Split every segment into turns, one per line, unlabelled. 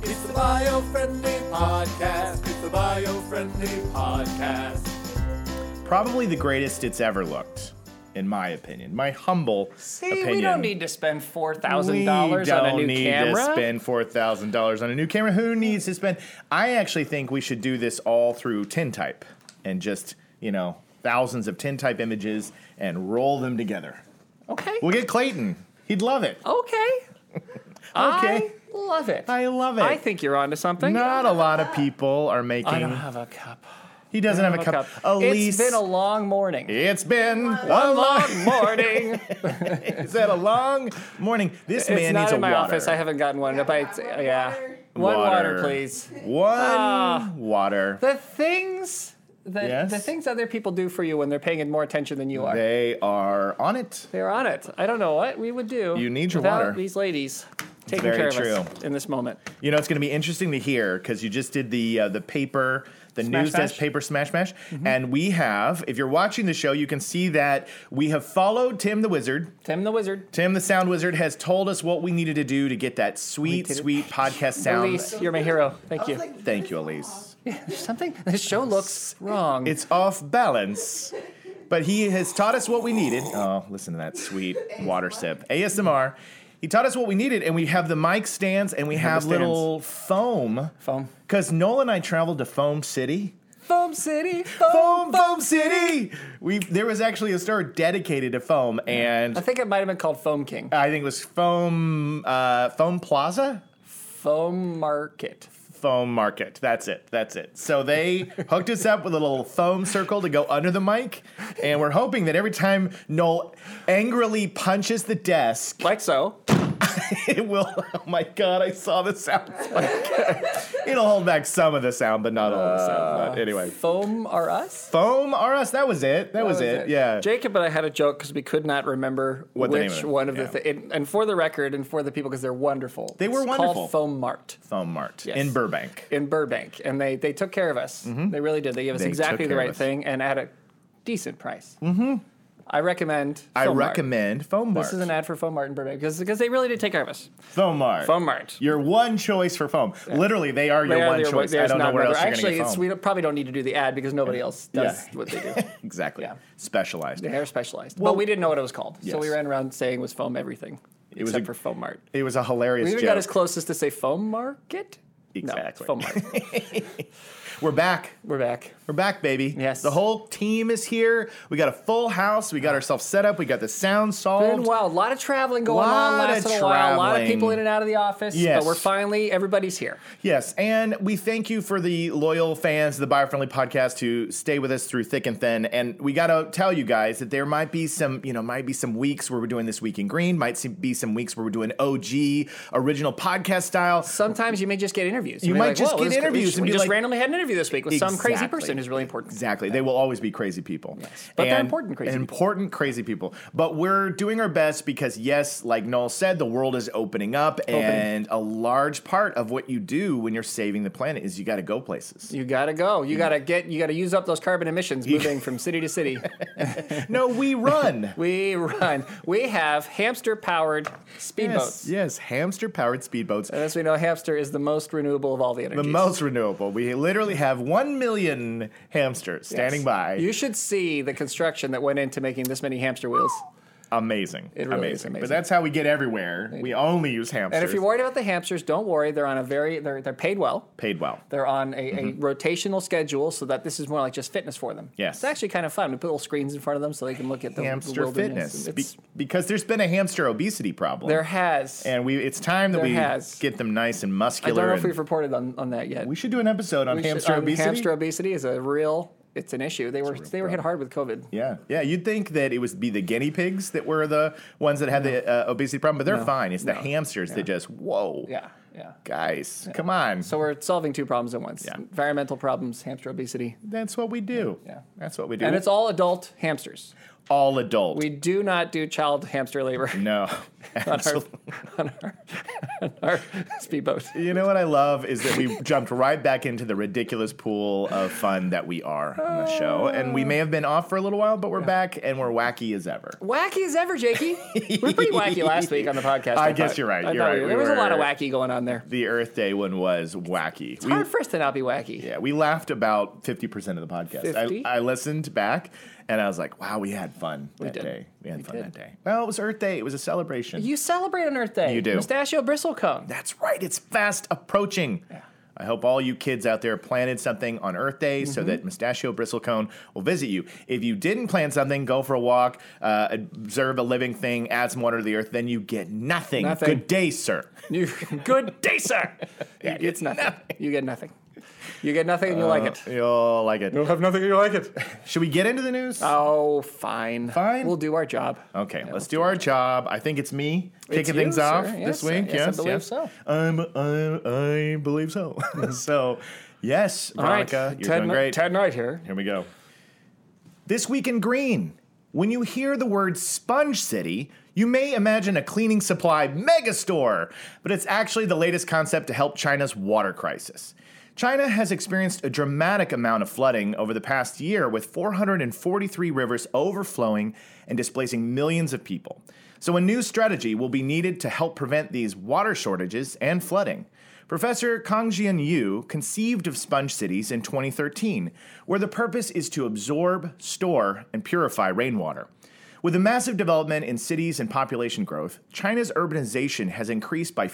the bio-friendly podcast. It's the bio-friendly podcast.
Probably the greatest it's ever looked, in my opinion. My humble
See,
opinion.
we don't need to spend four thousand
We
dollars on a
don't
new
need
camera.
to spend four thousand dollars on a new camera. Who needs to spend? I actually think we should do this all through tintype and just you know thousands of tintype images and roll them together.
okay.
We'll get Clayton. He'd love it.
okay.
Okay.
I love it.
I love it.
I think you're onto something.
not a lot of people are
I don't
making.
have a cup.
He doesn't have a
A
cup.
cup.
Elise,
It's been a long morning.
it's been one
a
long.
long morning.
Is that a long morning? This man
it's
needs
not
a
in my
water.
office. I haven't gotten one. but it's, yeah. One water, please.
One
Ah.
water.
The things that
Yes?
the things other people do for you when they're paying more attention than you are.
They are on it.
They're on it. I don't know what we would do.
You need your
without
water.
These ladies taking
very
care of us
true.
in this moment.
You know, it's going to be interesting to hear because you just did the uh, the paper, the
Smash Mm-hmm.
news says
Mash?
paper smash mash, and we have. If you're watching the show, you can see that we have followed Tim the Wizard.
Tim the Wizard,
Tim the Sound Wizard has told us what we needed to do to get that sweet,
did it.
sweet podcast sound.
Elise, you're my hero. Thank you.
Thank you, Elise.
There's something. This show looks wrong.
It's off balance. But he has taught us what we needed. Oh, listen to that sweet water sip. ASMR. He taught us what we needed, and we have the mic stands and we have,
have the stands.
little foam.
Foam.
Because Noel and I traveled to Foam City.
Foam City. Foam.
Foam, Foam City! We There was actually a store dedicated to foam, and
I think it might have been called Foam King.
I think it was Foam, uh, Foam Plaza?
Foam Market.
foam market. That's it. That's it. So they hooked us up with a little foam circle to go under the mic, and we're hoping that every time Noel angrily punches the desk,
Like so.
it will. Oh my god! I saw the sound spike. It'll hold back some of the sound, but not all of the sound. But
Uh.
anyway,
Foam are us.
foam RS. That was it. That, was, it. Yeah.
Jacob and I had a joke because we could not remember
What the name
which
of it,
one of
yeah.
the. Th- and, and for the record, and for the people, because they're wonderful.
They were
it's
wonderful.
Called Foam Mart.
foam Mart
Yes.
in Burbank.
in Burbank, and they they took care of us. They really did. They gave us
Mm-hmm. They
exactly
took
the
care of
right
us.
thing and at a decent price. Mm-hmm. I recommend.
I
Foam Mart.
recommend foam Mart.
This is an ad for Foam Mart in Burbank because because they really did take care of us.
foam Mart.
Foam Mart.
Your one choice for foam. Literally, they are your
They are-
one
they're-
choice. I
there's
don't know
not
where else you're
another- Actually,
going to get
it's,
foam.
we don't, probably don't need to do the ad because nobody else does
Yeah.
what they do.
Exactly.
Yeah.
Specialized.
They're specialized,
Well-
but we didn't know what it was called, so we
Yes.
ran around saying it was foam everything.
was
except
a-
for foam mart.
It was a hilarious
We even
joke.
got as close as to say foam market.
Exactly.
No, foam mart.
We're back.
We're back.
We're back, baby.
Yes.
The whole team is here. We got a full house. We got ourselves set up. We got the sound
Been
solved.
wild. A lot of traveling going
Lot
on. Last
of
little while. A lot of
traveling.
people in and out of the office.
Yes.
But we're finally everybody's here.
Yes. And we thank you for the loyal fans of the Biofriendly podcast who stay with us through thick and thin. And we got to tell you guys that there might be some, you know, might be some weeks where we're doing this week in green, might se- be some weeks where we're doing OG original podcast style.
Sometimes you may just get interviews.
You
may
might
be like,
just
"Whoa,
get
this-
interviews
We just,
and
we
be
just
like-
randomly had an interview this week with some crazy
Exactly.
person who's really important.
Exactly. They will always be crazy people.
Yes. But they're important crazy people.
Important crazy people. But we're doing our best because, yes, like Noel said, the world is opening up. And a large part of what you do when you're saving the planet is you got to go places.
You gotta go.
Mm.
You gotta get. You gotta use up those carbon emissions moving from city to city.
no, we run.
We run. We have hamster-powered
yes,
speedboats.
yes hamster powered speedboats.
And as we know, hamster is the most renewable of all the
the
energies.
most renewable. We literally have 1 million hamsters standing by.
You should see the construction that went into making this many hamster wheels.
amazing.
It really
amazing.
is
But
amazing.
that's how we get everywhere. We only use hamsters.
And if you're worried about the hamsters, don't worry. They're on a very. They're they're paid well.
paid well.
They're on a, a rotational schedule so that this is more like just fitness for them.
Mm-hmm. Yes.
It's actually kind of fun. We put little screens in front of them so they can look at the the
hamster
wilderness.
fitness
It's-
Be- because there's been a hamster obesity problem
there has.
and we it's time that
there
we
has.
get them nice and
I
muscular
don't know if
and-
we've reported on, on that yet.
we should do an episode on
We should-
hamster
on
obesity
Hamster obesity is a real. It's an issue. They were they were hit hard with COVID.
yeah yeah you'd think that it would be the guinea pigs that were the ones that had the uh, obesity problem but they're
No.
fine it's the
No.
hamsters that just whoa
Yeah. Yeah.
guys come on
So we're solving two problems at once:
Yeah.
environmental problems, hamster obesity,
that's what we do
Yeah.
that's what we do
and it's all adult hamsters.
all adult
We do not do child hamster labor
no
on our,
Absolutely.
on our, on our speedboat.
You know what I love is that we jumped right back into the ridiculous pool of fun that we are on the show. And we may have been off for a little while, but we're back and we're wacky as ever.
Wacky as ever, Jakey. we were pretty wacky last week on the podcast.
I
thought.
guess you're right.
I
You're
thought
right.
we-
We
there was a lot of
were-
wacky going on on there.
The Earth Day one was wacky.
It's hard for us to not be wacky.
Yeah, we laughed about 50% of the podcast.
50?
I, I listened back and I was like, wow, we had fun that
did.
day. We had fun
did.
that day. Well, it was Earth Day. It was a celebration.
You celebrate on Earth Day.
You do.
Mustachio bristlecone.
That's right. It's fast approaching. I hope all you kids out there planted something on Earth Day
Mm-hmm.
so that Mustachio Bristlecone will visit you. If you didn't plant something, go for a walk, uh, observe a living thing, add some water to the earth, then you get nothing.
Nothing.
Good day, sir.
You, good day, sir.
Yeah, Uh,
it's nothing. You get nothing. You get nothing and you like it.
You'll like it.
You'll have nothing and you like it.
Should we get into the news?
Oh, fine.
Fine?
We'll do our job.
Okay, let's do our job. I think it's me kicking
It's you,
things
sir.
off
Yes,
this week.
I- yes, I believe
yes.
so.
I'm, I'm, I believe so. so, yes,
All right,
Veronica, you're doing
Ted, Kn-
great.
Ted Knight here.
Here we go. This week in green. When you hear the word Sponge City, you may imagine a cleaning supply megastore, but it's actually the latest concept to help China's water crisis. China has experienced a dramatic amount of flooding over the past year, with 443 rivers overflowing and displacing millions of people. So, a new strategy will be needed to help prevent these water shortages and flooding. Professor Kangjian Yu conceived of sponge cities in 2013, where the purpose is to absorb, store, and purify rainwater. With the massive development in cities and population growth, China's urbanization has increased by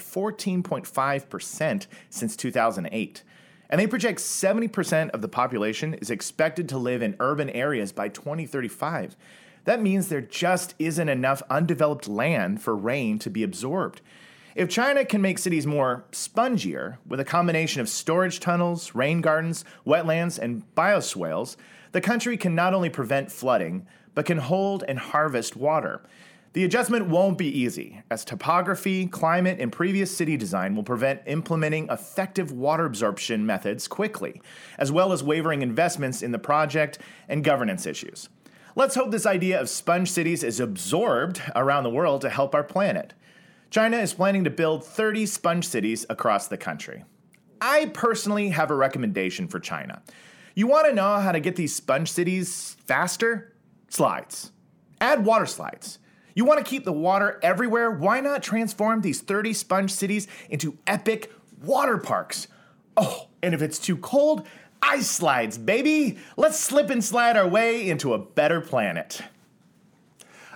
14.5% since 2008. And they project 70% of the population is expected to live in urban areas by 2035. That means there just isn't enough undeveloped land for rain to be absorbed. If China can make cities more spongier with a combination of storage tunnels, rain gardens, wetlands, and bioswales, the country can not only prevent flooding, but can hold and harvest water. The adjustment won't be easy, as topography, climate, and previous city design will prevent implementing effective water absorption methods quickly, as well as wavering investments in the project and governance issues. Let's hope this idea of sponge cities is absorbed around the world to help our planet. China is planning to build 30 sponge cities across the country. I personally have a recommendation for China. You want to know how to get these sponge cities faster? Slides. Add water slides. You want to keep the water everywhere? Why not transform these 30 sponge cities into epic water parks? Oh, and if it's too cold, ice slides, baby! Let's slip and slide our way into a better planet.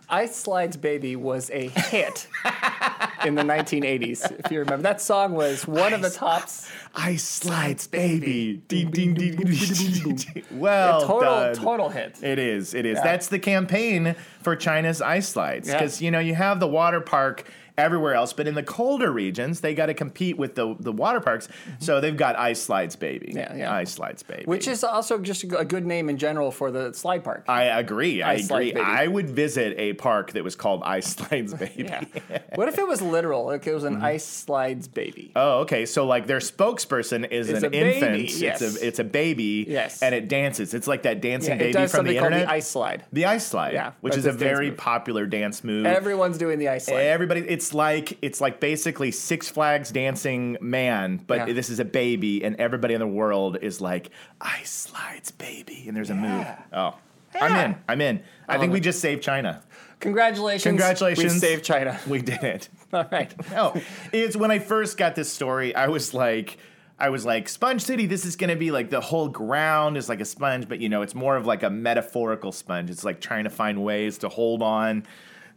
Ice Slides Baby was a hit in the 1980s, if you remember. That song was one of the tops.
Ice slides, baby. Ding, ding, ding, ding, ding, ding. Well,
total,
done.
total hit.
It is. It is. That's the campaign for China's ice slides
Yeah.
because you know you have the water park everywhere else, but in the colder regions they got to compete with the the water parks, so they've got ice slides, baby.
Mm-hmm. Yeah, yeah.
Ice slides, baby.
Which is also just a g- a good name in general for the slide park.
I agree. I
Ice
agree.
Slides, baby.
I would visit a park that was called Ice Slides Baby.
yeah. what if it was literal? Like it was
Mm-hmm.
an ice slides baby.
Oh, okay. So like their spokesperson is
It's
an
a baby,
infant.
yes.
It's a it's a baby.
Yes.
And it dances. It's like that dancing
Yeah,
baby
it does
from
something
the
called
internet.
the ice slide.
The ice slide,
Yeah,
which
that's
is a
his dance
very
move.
popular dance move.
Everyone's doing the ice slide.
Everybody, it's like it's like basically Six Flags dancing man, but
Yeah.
this is a baby, and everybody in the world is like ice slides, baby, and there's a move.
Yeah.
Oh, I'm in, I'm in. I, think
love
we
it.
just saved China.
Congratulations.
Congratulations,
We saved China.
We did it.
All right.
No, it's when I first got this story, I was like, I was like, Sponge City, this is gonna be like the whole ground is like a sponge, but you know, it's more of like a metaphorical sponge. It's like trying to find ways to hold on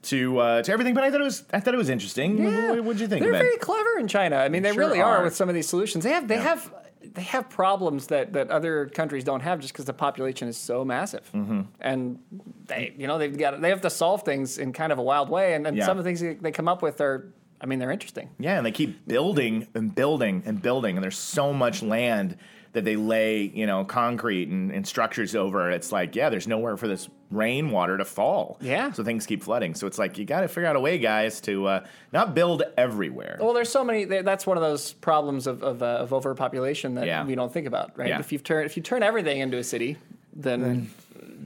to uh, to everything. But I thought it was I thought it was interesting.
Yeah.
What would you think
They're
of it?
very clever in China. I mean, they
sure
really are.
are.
with some of these solutions. They have they have they have problems that that other countries don't have just because the population is so massive.
Mm-hmm.
And they you know they've got they have to solve things in kind of a wild way. And, and
Yeah.
some of the things they- they come up with are I mean they're interesting.
Yeah, and they keep building and building and building, and there's so much land that they lay, you know, concrete and, and structures over. It's like, yeah, there's nowhere for this rainwater to fall.
Yeah.
So things keep flooding. So it's like, you got to figure out a way, guys, to uh, not build everywhere.
Well, there's so many. there- That's one of those problems of of, uh, of overpopulation that
Yeah.
we don't think about, right?
Yeah.
If you turn if you turn everything into a city, then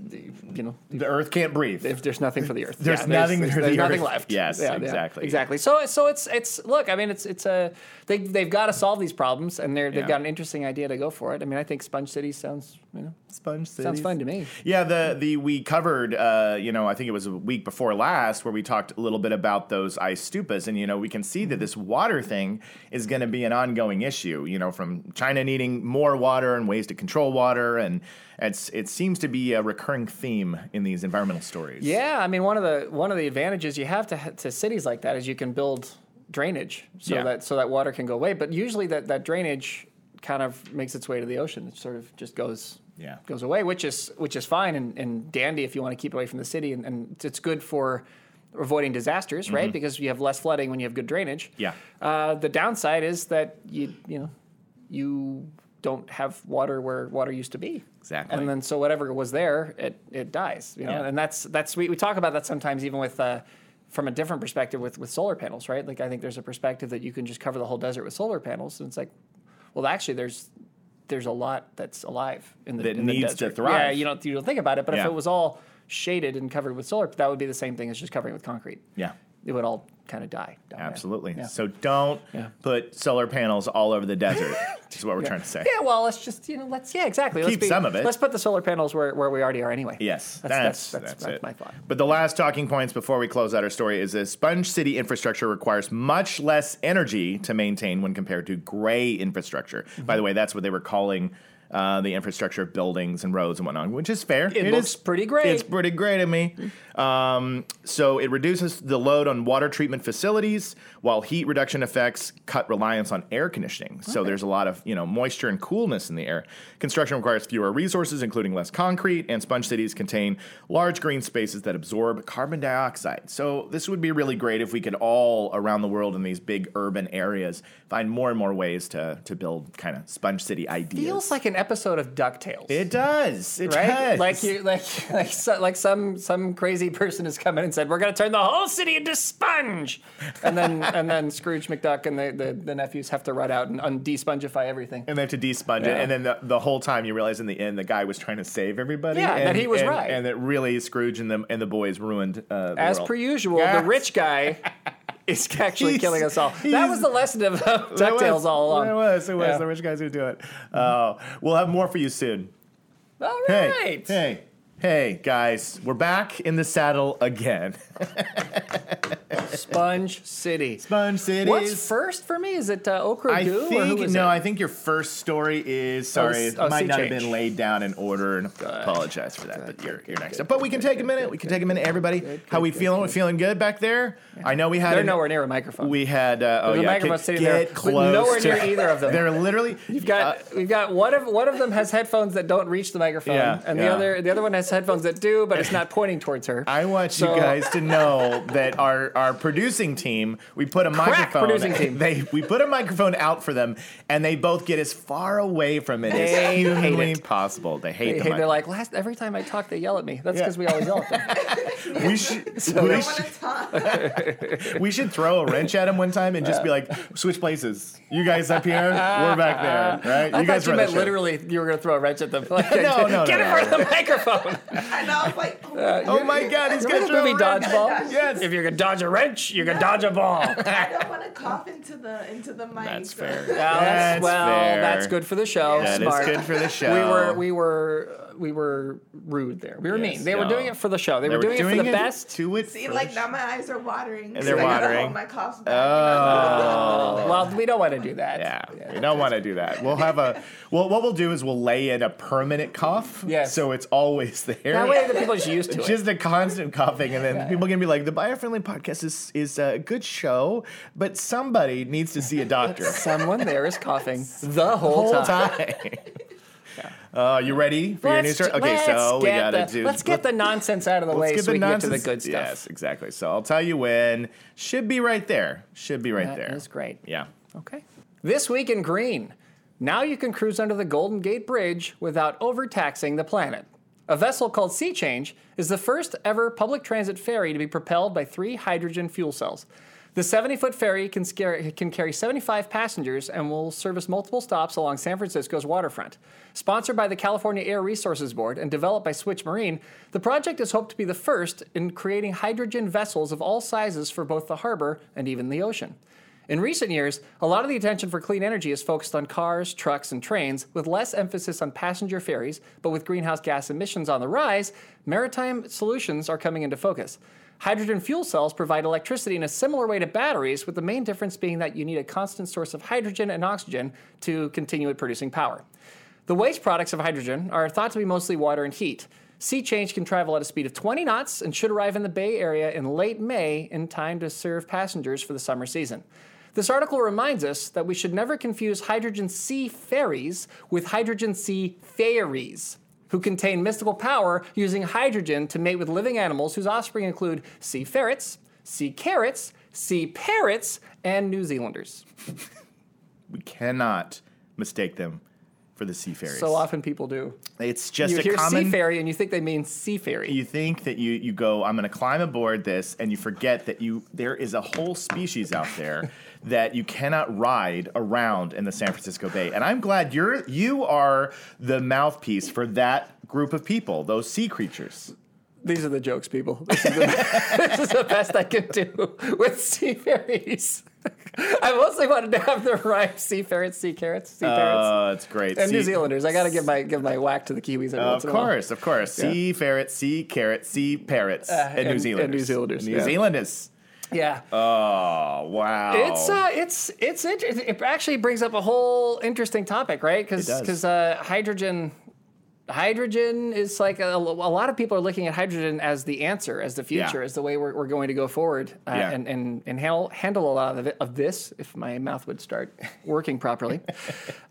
Mm.
you know,
The Earth can't breathe.
if there's nothing for the earth.
There's nothing
there's,
for
there's
the
nothing
earth.
left.
Yes, exactly.
Exactly. So so it's it's look, I mean it's it's a they they've got to solve these problems and they're they've
Yeah.
got an interesting idea to go for it. I mean I think Sponge City sounds you know
Sponge City
sounds fun to me.
Yeah, the the we covered, uh, you know, I think it was a week before last where we talked a little bit about those ice stupas, and you know, we can see
Mm-hmm.
that this water thing is going to be an ongoing issue. You know, from China needing more water and ways to control water, and it's it seems to be a recurring theme in these environmental stories.
Yeah, I mean one of the one of the advantages you have to ha- to cities like that is you can build drainage so
Yeah.
that so that water can go away. But usually that that drainage kind of makes its way to the ocean. It sort of just goes
Yeah.
goes away, which is which is fine and, and dandy if you want to keep away from the city and, and it's good for avoiding disasters, right? Because you have less flooding when you have good drainage.
Mm-hmm. Yeah.
Uh, the downside is that you you know you don't have water where water used to be.
Exactly.
And then so whatever was there, it it dies. You know,
Yeah.
and that's that's we, we talk about that sometimes even with uh, from a different perspective with with solar panels, right? Like I think there's a perspective that you can just cover the whole desert with solar panels, and it's like, well, actually, there's there's a lot that's alive in the
That
in
needs
the
to
desert.
thrive.
Yeah, you don't you don't think about it, but if
Yeah.
it was all shaded and covered with solar, that would be the same thing as just covering with concrete.
Yeah.
It would all kind of die. down there.
Absolutely.
Yeah.
So don't put solar panels all over the desert. is what we're trying to say.
Yeah, well, let's just you know, let's yeah, exactly. let's
Keep some of it.
Let's put the solar panels where, where we already are anyway.
Yes,
that's that's, that's, that's
it.
my thought.
But the last talking points before we close out our story is that sponge city infrastructure requires much less energy to maintain when compared to gray infrastructure.
Mm-hmm.
By the way, that's what they were calling uh, the infrastructure of buildings and roads and whatnot, which is fair.
It looks pretty gray.
It's pretty gray to me. Um, so it reduces the load on water treatment facilities, while heat reduction effects cut reliance on air conditioning. So there's a lot of you know moisture and coolness in the air. Construction requires fewer resources, including less concrete, and sponge cities contain large green spaces that absorb carbon dioxide. So this would be really great if we could all around the world in these big urban areas find more and more ways to to build kind of sponge city ideas.
Feels like an episode of Ducktales.
it does. It
Right,
does.
like you, like like, so, like some some crazy person has come in and said, "We're going to turn the whole city into sponge," and then and then Scrooge McDuck and the, the, the nephews have to run out and un- despongify everything.
and they have to desponge
Yeah.
it. And then the, the whole time you realize in the end the guy was trying to save everybody.
Yeah,
and,
that he was
and-
right.
and that really Scrooge and the and the boys ruined. Uh, the
As
world.
per usual,
Yes.
the rich guy is actually
He's-
killing us all. That
he's-
was the lesson of of
It was-
Ducktales all along.
It was. It was.
Yeah.
The rich guys who do it. Uh, we'll have more for you soon.
All
Hey,
right.
hey, hey, guys, we're back in the saddle again.
Sponge City.
Sponge City.
What's first for me? Is it uh, Okra
I
Goo? or who
think
is
no.
it?
I think your first story is sorry.
s-
it
oh,
might
sea
not have
change.
been laid down in order, and apologize for that. But
Good,
you're,
good,
you're
good,
next
good,
up. But we can
good,
take a
good,
minute.
good,
We can take a minute, everybody.
Good,
How
good,
we
good,
feeling? We feeling good back there? I know we had.
They're
an-
nowhere near a microphone.
We had. Uh, oh
There's a
yeah.
microphone
get,
sitting
get
there, but
close.
nowhere
to-
near either of them.
They're literally. uh, You've
got we've got one of one of them has headphones that don't reach the microphone,
Yeah,
and
yeah.
the other the other one has headphones that do, but it's not pointing towards her.
I want
So-
you guys to know that our, our producing team, we put a microphone.
producing team.
They we put a microphone out for them, and they both get as far away from it
They
as
hate
humanly
it.
possible. They hate
Hey,
the
hey,
mic.
they're like last every time I talk they yell at me. That's
Yeah.
because we always yell at them.
we should,
they-
we,
I
should
want to talk.
we should throw a wrench at him one time and just be like, switch places. You guys up here, we're back there, right?
I
guys
thought
run
you
the
meant
show.
literally you were going to throw a wrench at them. Like,
no, no,
get
no,
it from the microphone.
And I was like, oh,
Oh my god, he's
Remember
got
the movie Dodgeball?
Yes.
If you can dodge a wrench, you can dodge a ball.
I don't want to cough into the into the mic.
That's
so-
fair.
Well,
That's
that's, well,
fair.
that's good for the show.
That is
Smart.
good for the show.
We were we were uh, we were rude there. We were
Yes,
mean. They were
no.
doing it for the show. They,
They
were doing, it for the best.
To it
See,
for
like
the
now my eyes are watering.
And they're
'cause I gotta
watering. Oh.
hold my coughs back.
well, we don't want to do that.
Yeah, we don't want to do that. We'll have a well. What we'll do is we'll lay in a permanent cough,
Yes.
so it's always
That way the
there.
people are just used to it.
Just a constant coughing, and then people can be like, "The biofriendly podcast is is a good show, but somebody needs to see a doctor
Someone there is coughing the whole,
whole
time.
time." Uh, you ready for your news
Let's ju-
story? Okay, so
let's
we
get
gotta
the-
do.
Let's get the nonsense out of the way
get
so we can get to the
nonsense-
good stuff.
Yes, exactly. So I'll tell you when. Should be right there. Should be right
That
there.
is great.
Yeah.
Okay. This week in green. Now you can cruise under the Golden Gate Bridge without overtaxing the planet. A vessel called Sea Change is the first ever public transit ferry to be propelled by three hydrogen fuel cells. The 70 foot ferry can, scare, can carry 75 passengers and will service multiple stops along San Francisco's waterfront. Sponsored by the California Air Resources Board and developed by Switch Marine, the project is hoped to be the first in creating hydrogen vessels of all sizes for both the harbor and even the ocean. In recent years, a lot of the attention for clean energy is focused on cars, trucks, and trains, with less emphasis on passenger ferries. But with greenhouse gas emissions on the rise, maritime solutions are coming into focus. Hydrogen fuel cells provide electricity in a similar way to batteries, with the main difference being that you need a constant source of hydrogen and oxygen to continue producing power. The waste products of hydrogen are thought to be mostly water and heat. Sea Change can travel at a speed of 20 knots and should arrive in the Bay Area in late May in time to serve passengers for the summer season. This article reminds us that we should never confuse hydrogen sea ferries with hydrogen sea fairies, who contain mystical power using hydrogen to mate with living animals whose offspring include sea ferrets, sea carrots, sea parrots, and New Zealanders.
We cannot mistake them for the sea fairies.
So often people do.
it's just
you
a
hear
common
sea fairy and you think they mean sea fairy.
you think that you you go i'm going to climb aboard this and you forget that you there is a whole species out there that you cannot ride around in the san francisco bay and i'm glad you're you are the mouthpiece for that group of people those sea creatures
These are the jokes, people. This is the, this is the best I can do with sea fairies. I mostly wanted to have the rhyme sea ferrets, sea carrots, sea parrots.
oh it's great
and New
Sea-
Zealanders. I gotta give my give my whack to the Kiwis. Every
of
once in a while.
course, of course. Sea ferret, sea carrot, sea parrots, and,
Uh, and-
New
and
Zealanders.
New Zealanders,
New
yeah.
Zealanders.
Yeah,
Oh, wow.
it's uh, it's it's inter- it actually brings up a whole interesting topic, right? Because
It does.
uh, hydrogen. Hydrogen is like a, a lot of people are looking at hydrogen as the answer, as the future,
Yeah.
as the way we're, we're going to go forward uh,
Yeah.
and, and, and handle, handle a lot of, it, of this. If my mouth would start working properly,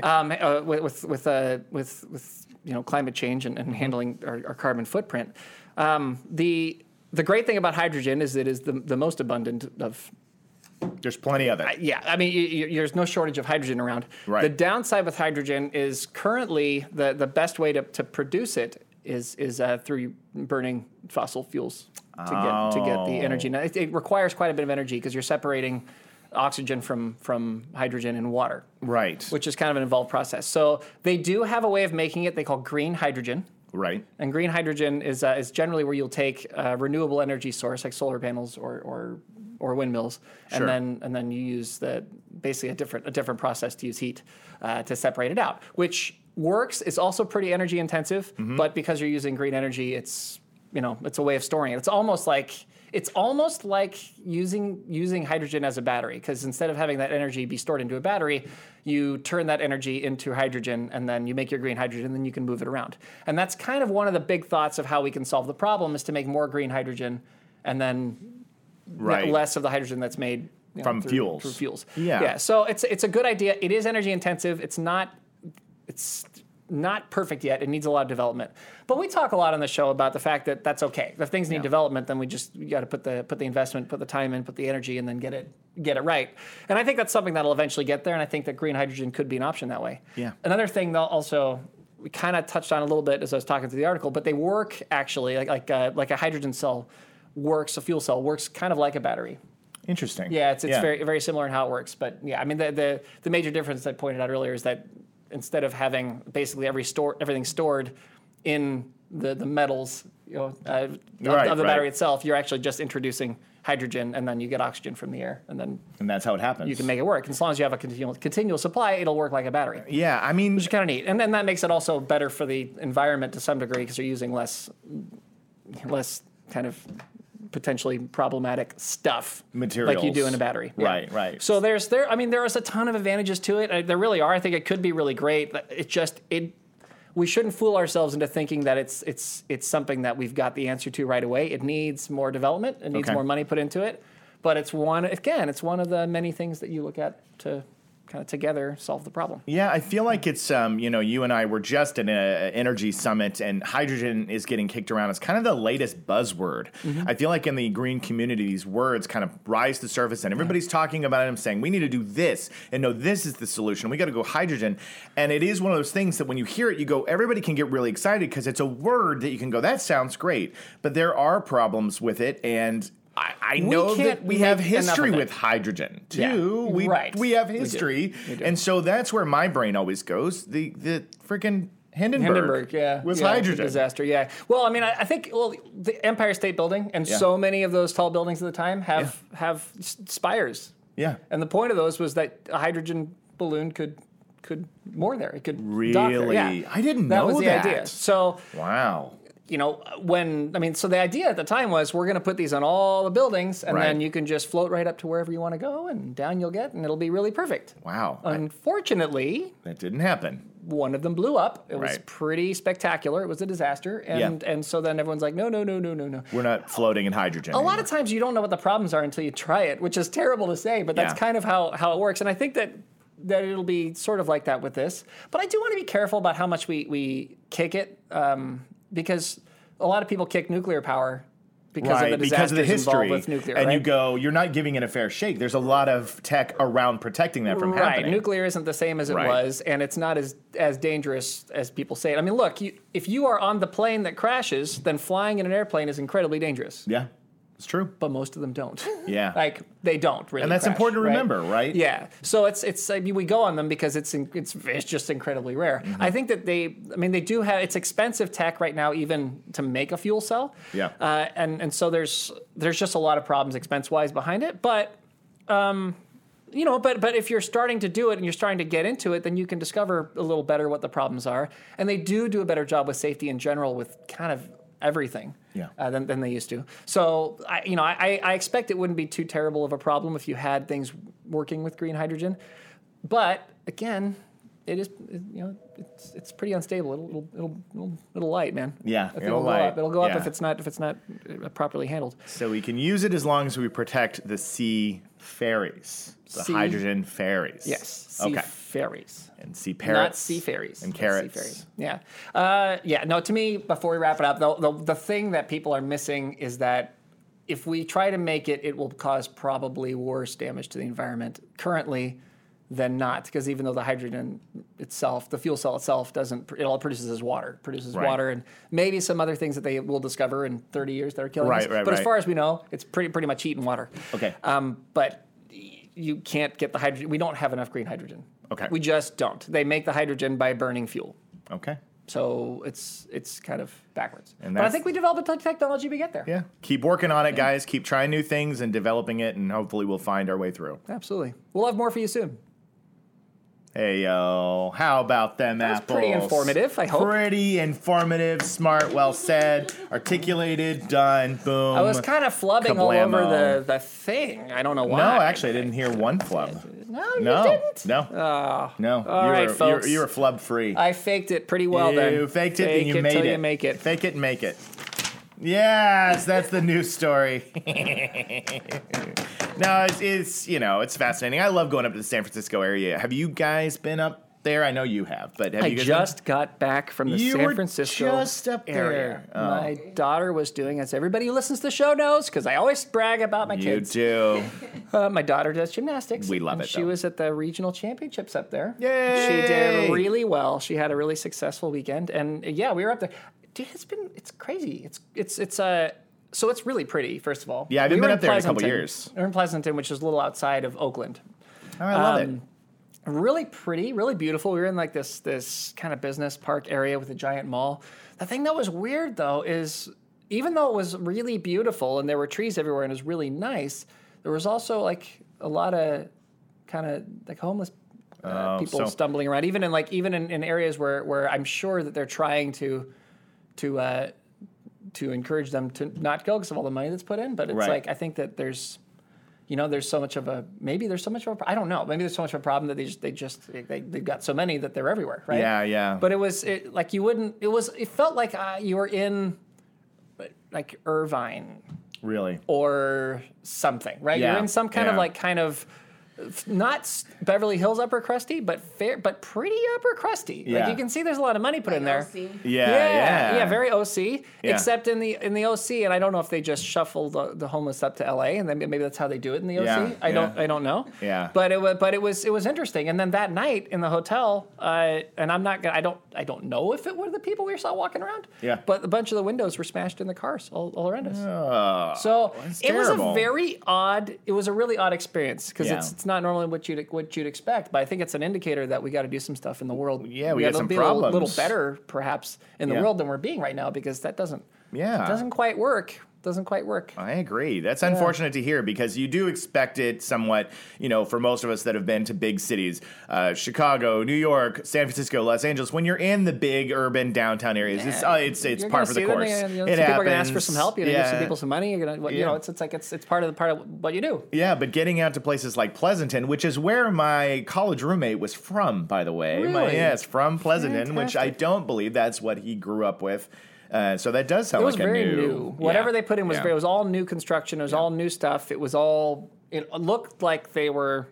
um, uh, with with with, uh, with with you know climate change and, and handling our, our carbon footprint. Um, the the great thing about hydrogen is it is the, the most abundant of
There's plenty of it.
yeah, I mean, y y there's no shortage of hydrogen around.
Right.
The downside with hydrogen is currently the, the best way to, to produce it is is uh, through burning fossil fuels to get to get the
Oh.
energy. Now, it, it requires quite a bit of energy because you're separating oxygen from from hydrogen and water,
right.
which is kind of an involved process. So they do have a way of making it. They call green hydrogen.
right.
And green hydrogen is uh, is generally where you'll take a renewable energy source like solar panels or or, or windmills,
Sure.
and then and then you use the basically a different a different process to use heat uh, to separate it out, which works. It's also pretty energy intensive, but because you're using green energy, it's you know it's a way of storing it. It's almost like it's almost like using using hydrogen as a battery because instead of having that energy be stored into a battery, you turn that energy into hydrogen and then you make your green hydrogen and then you can move it around. And that's kind of one of the big thoughts of how we can solve the problem is to make more green hydrogen and then
Right.
less of the hydrogen that's made you know,
From
through-
fuels.
Through fuels.
Yeah.
Yeah. So it's it's a good idea. It is energy intensive. It's not it's not perfect yet. It needs a lot of development. But we talk a lot on the show about the fact that that's okay. If things need development, then we just you got to put the put the investment, put the time in, put the energy, and then get it get it right. And I think that's something that'll eventually get there. And I think that green hydrogen could be an option that way.
Yeah.
Another thing though, also we kind of touched on a little bit as I was talking through the article, but they work actually like like a, like a hydrogen cell works a fuel cell works kind of like a battery
Interesting.
yeah, it's, it's very very similar in how it works. But yeah, I mean the, the the major difference I pointed out earlier is that instead of having basically every store everything stored in the the metals, you know, uh, of-
Right,
of the
right.
battery itself, you're actually just introducing hydrogen, and then you get oxygen from the air, and then
and that's how it happens.
you can make it work. And as long as you have a continual continual supply, it'll work like a battery.
Yeah, I mean,
Which is kind of neat, and then that makes it also better for the environment to some degree because you're using less less kind of potentially problematic stuff like you do
Materials.
in a battery. Yeah.
Right, right.
So there's there. I mean, there is a ton of advantages to it. Uh, There really are. I think it could be really great. but It just it. We shouldn't fool ourselves into thinking that it's it's it's something that we've got the answer to right away. It needs more development. It needs
Okay.
more money put into it. But it's one again. It's one of the many things that you look at to kind of together solve the problem.
yeah, I feel like it's um, you know, you and I were just in an energy summit, and hydrogen is getting kicked around. It's kind of the latest buzzword.
Mm-hmm.
I feel like in the green community, these words kind of rise to the surface, and everybody's talking about it. and saying we need to do this, and no, this is the solution. We got to go hydrogen, and it is one of those things that when you hear it, you go, everybody can get really excited because it's a word that you can go, that sounds great, but there are problems with it, and I, I
We
know
can't
that we
make
have
enough of
history
it.
with hydrogen too.
Yeah,
We
right.
we have
We do.
history,
We do.
and so that's where my brain always goes. The the freaking Hindenburg,
Hindenburg, yeah,
was
yeah, it's a
hydrogen.
disaster. Yeah. Well, I mean, I, I think well, the Empire State Building and
Yeah.
so many of those tall buildings at the time have have s- spires,
Yeah,
and the point of those was that a hydrogen balloon could could moor there. It could dock there.
really.
Yeah.
I didn't
That
know
was the
that.
idea. So
Wow.
you know, when I mean, so the idea at the time was we're going to put these on all the buildings, and
Right.
then you can just float right up to wherever you want to go, and down you'll get, and it'll be really perfect.
Wow. I-
Um, Unfortunately,
that didn't happen.
one of them blew up. It was
Right.
pretty spectacular. It was a disaster, and
Yeah.
and so then everyone's like, no, no, no, no, no, no.
We're not floating in hydrogen.
A lot of times you don't know what the problems are until you try it, which is terrible to say, but that's
Yeah.
kind of how how it works. And I think that that it'll be sort of like that with this. But I do want to be careful about how much we we kick it um, because a lot of people kick nuclear power because
right,
of the
because
disasters
of the history,
involved with nuclear,
and
right?
you go, you're not giving it a fair shake. There's a lot of tech around protecting that from
right.
happening.
Nuclear isn't the same as it
Right.
was, and it's not as as dangerous as people say it. I mean, look, you, if you are on the plane that crashes, then flying in an airplane is incredibly dangerous.
yeah, it's true.
But most of them don't.
Yeah.
like they don't really.
And that's
crash,
important to
right?
remember, right?
Yeah. So it's it's I mean, we go on them because it's in- it's it's just incredibly rare.
Mm-hmm.
I think that they I mean they do have it's expensive tech right now even to make a fuel cell.
Yeah.
Uh, and and so there's there's just a lot of problems expense wise behind it, but you know, but but if you're starting to do it and you're starting to get into it, then you can discover a little better what the problems are. And they do do a better job with safety in general with kind of everything
Yeah.
uh, than, than they used to. So I, you know, I, I I expect it wouldn't be too terrible of a problem if you had things working with green hydrogen. But again, it is you know it's it's pretty unstable. It'll it'll it'll, it'll, it'll light, man.
Yeah,
I think
it'll
it'll, go
light.
up. It'll go
Yeah.
up if it's not if it's not uh, properly handled.
So we can use it as long as we protect the sea ferries, the
Sea-
hydrogen ferries.
Yes. Sea
okay.
Ferries.
And sea parrots.
Not sea fairies.
And
but sea
carrots.
fairies. Yeah. Uh, yeah. No, to me, before we wrap it up, the, the, the thing that people are missing is that if we try to make it, it will cause probably worse damage to the environment currently than not. Because even though the hydrogen itself, the fuel cell itself, doesn't, it all produces is water, It produces
Right.
water and maybe some other things that they will discover in 30 years that are killing
Right,
us.
right,
but as
right.
far as we know, it's pretty, pretty much heat and water.
Okay.
Um, but y- you can't get the hydrogen. We don't have enough green hydrogen.
Okay.
We just don't. They make the hydrogen by burning fuel.
Okay.
So it's it's kind of backwards.
And
but I
that's-
think we develop a tech- technology, we get there.
Yeah. Keep working on it, guys. Keep trying new things and developing it, and hopefully we'll find our way through.
Absolutely. We'll have more for you soon.
Hey yo, how about them
was
apples?
pretty informative, I hope.
Pretty informative, smart, well said, articulated, done, boom.
I was kind of flubbing all
kablamo.
over the, the thing. I don't know why.
No, actually, I didn't hear one flub.
No, you
No,
didn't. Ah,
no, no.
all
you
right,
were,
folks.
You were, flub free.
I faked it pretty well
you
then.
faked it
Fake
and you
it
made
till
it.
You make it.
Fake it and make it. Yes, that's the news story. no, it's, it's you know it's fascinating. I love going up to the San Francisco area. Have you guys been up there? I know you have, but have
I
you guys been-
just got back from the
You
San
were
Francisco
just up
area.
there. Oh.
My daughter was doing, as everybody who listens to the show knows, because I always brag about my
You
kids.
do.
Uh, my daughter does gymnastics.
We love
and
it,
She
though.
was at the regional championships up there.
Yay!
She did really well. She had a really successful weekend, and uh, yeah, we were up there. Dude, it's been it's crazy. It's it's it's uh so it's really pretty. First of all,
Yeah, I haven't
We were
been up there in a couple
Pleasanton.
years.
We We're in Pleasanton, which is a little outside of Oakland
Oh, I love
Um,
it.
really pretty, really beautiful. We were in like this this kind of business park area with a giant mall. The thing that was weird though is even though it was really beautiful and there were trees everywhere and it was really nice, there was also like a lot of kind of like homeless
Oh,
uh, people
so-
stumbling around, even in like even in, in areas where where I'm sure that they're trying to to uh, to encourage them to not go because of all the money that's put in. But it's
Right.
like I think that there's you know there's so much of a maybe there's so much of a I don't know maybe there's so much of a problem that they just they just they, they have got so many that they're everywhere right
Yeah, yeah.
but it was it, like you wouldn't it was it felt like uh, you were in like Irvine
Really.
or something right
Yeah,
you're in some kind
yeah.
of like kind of not s- Beverly Hills upper crusty, but fair, but pretty upper crusty.
Yeah.
Like you can see, there's a lot of money put in there.
OC.
Yeah,
yeah,
yeah,
yeah, very OC. Except in the in the OC, and I don't know if they just shuffled the, the homeless up to LA, and then maybe that's how they do it in the OC.
Yeah,
I don't
yeah.
I don't know.
Yeah.
But it was but it was it was interesting. And then that night in the hotel, uh, and I'm not gonna I don't I don't know if it were the people we saw walking around.
Yeah.
But a bunch of the windows were smashed in the cars all, all around us.
Oh.
so
that's
it was
terrible.
a very odd. It was a really odd experience because
Yeah.
it's it's not normally what you'd what you'd expect. But I think it's an indicator that we got to do some stuff in the world.
Yeah, we got
gotta
some
be a little- little
problems.
better better, perhaps in the
Yeah.
world than we're being right now because that doesn't
Yeah.
doesn't quite work doesn't quite work
I agree. That's unfortunate to hear because you do expect it somewhat, you know, for most of us that have been to big cities, uh, Chicago, New York, San Francisco, Los Angeles. When you're in the big urban downtown areas, it's uh, it's it's
You're
par
gonna
for
see
the
them,
course.
and, you know,
it
some
happens.
people are gonna ask for some help. You're gonna give some people some money. You're gonna, what- you
Yeah.
know, it's, it's like it's it's part of the part of what you do.
Yeah, but getting out to places like Pleasanton, which is where my college roommate was from, by the way. My,
Really?
yeah, it's from Pleasanton, which I
Fantastic.
don't believe that's what he grew up with. Uh, so that does sound
It was
like
very
a
new.
new,
Whatever they put in was
yeah.
very. It was all new construction. It was all new stuff. It was all. It looked like they were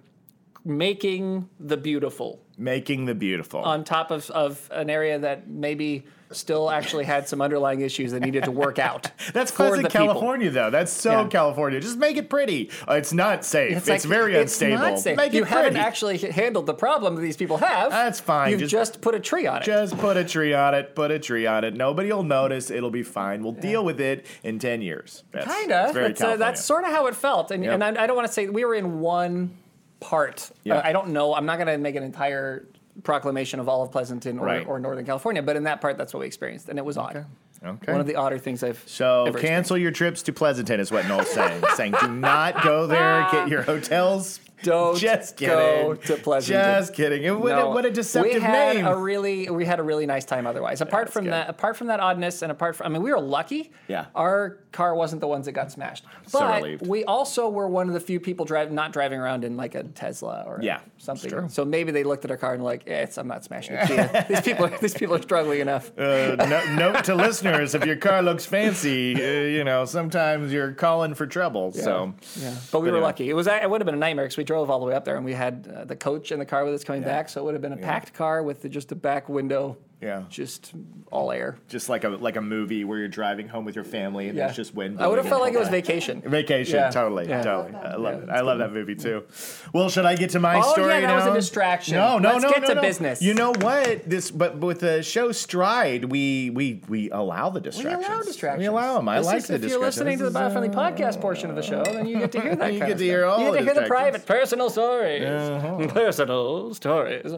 making the beautiful
making the beautiful.
on top of, of an area that maybe still actually had some underlying issues that needed to work out.
That's
for
classic
the people.
California, though. That's so
Yeah.
California. Just make it pretty. Uh, It's not safe. It's,
like,
very
it's
unstable.
Not safe.
Make
you
it
haven't
pretty.
actually h- handled the problem that these people have.
That's fine.
You've
Just-
just, put a tree on it.
Just put a tree on it. Put a tree on it. Nobody will notice. It'll be fine. We'll deal with it in ten years. That's,
kind
That's
of.
very
That's, uh,
California.
that's sort of how it felt. And,
Yep.
and I, I don't want to say we were in one part.
Yeah.
Uh, I don't know. I'm not going to make an entire proclamation of all of Pleasanton or,
Right.
or Northern California, but in that part, that's what we experienced, and it was odd.
okay.
One of the odder things I've
so
ever experienced.
cancel your trips to Pleasanton is what Noel's saying. saying do not go there. Get your hotels.
Don't
Just kidding.
go to Pleasanton.
Just kidding. It- What, a,
No,
what a deceptive
we had
name.
A really, we had a really nice time. Otherwise, apart
that's
from
good.
that, apart from that oddness, and apart from, I mean, we were lucky.
Yeah.
Our car wasn't the ones that got smashed,
so
but
relieved.
we also were one of the few people driving, not driving around in like a Tesla or
Yeah, it's true.
something. So maybe they looked at our car and like, eh, it's, I'm not smashing a Kia. these people, are, these people are struggling enough.
Uh, no, note to listeners: if your car looks fancy, uh, you know sometimes you're calling for trouble. So
Yeah, but we were
anyway.
lucky. It was it would have been a nightmare because we drove all the way up there and we had uh, the coach in the car with us coming back, so it would have been a packed car with the, just a back window,
Yeah.
just all air.
just like a like a movie where you're driving home with your family and
Yeah.
there's just wind.
I would have
blowing
felt like it was
over.
vacation.
Vacation,
Yeah.
totally,
Yeah.
totally. I
I love that.
love it. I love that movie too. Well, should I get to my
Oh, yeah,
story
that was a
now?
distraction.
No, no,
Let's
no,
get
no,
to
no.
business.
You know what? This, but with the show Stride, we we we allow the
We
distractions.
allow distractions.
We allow 'em. I
This
like
is-
the
if
distractions.
you're listening to the
This is,
biofriendly
uh,
podcast portion of the show, then you get to hear that.
You
kind
get
of
to hear
stuff.
all
You
the
get to hear the
distractions. Uh-huh.
private personal stories, personal stories.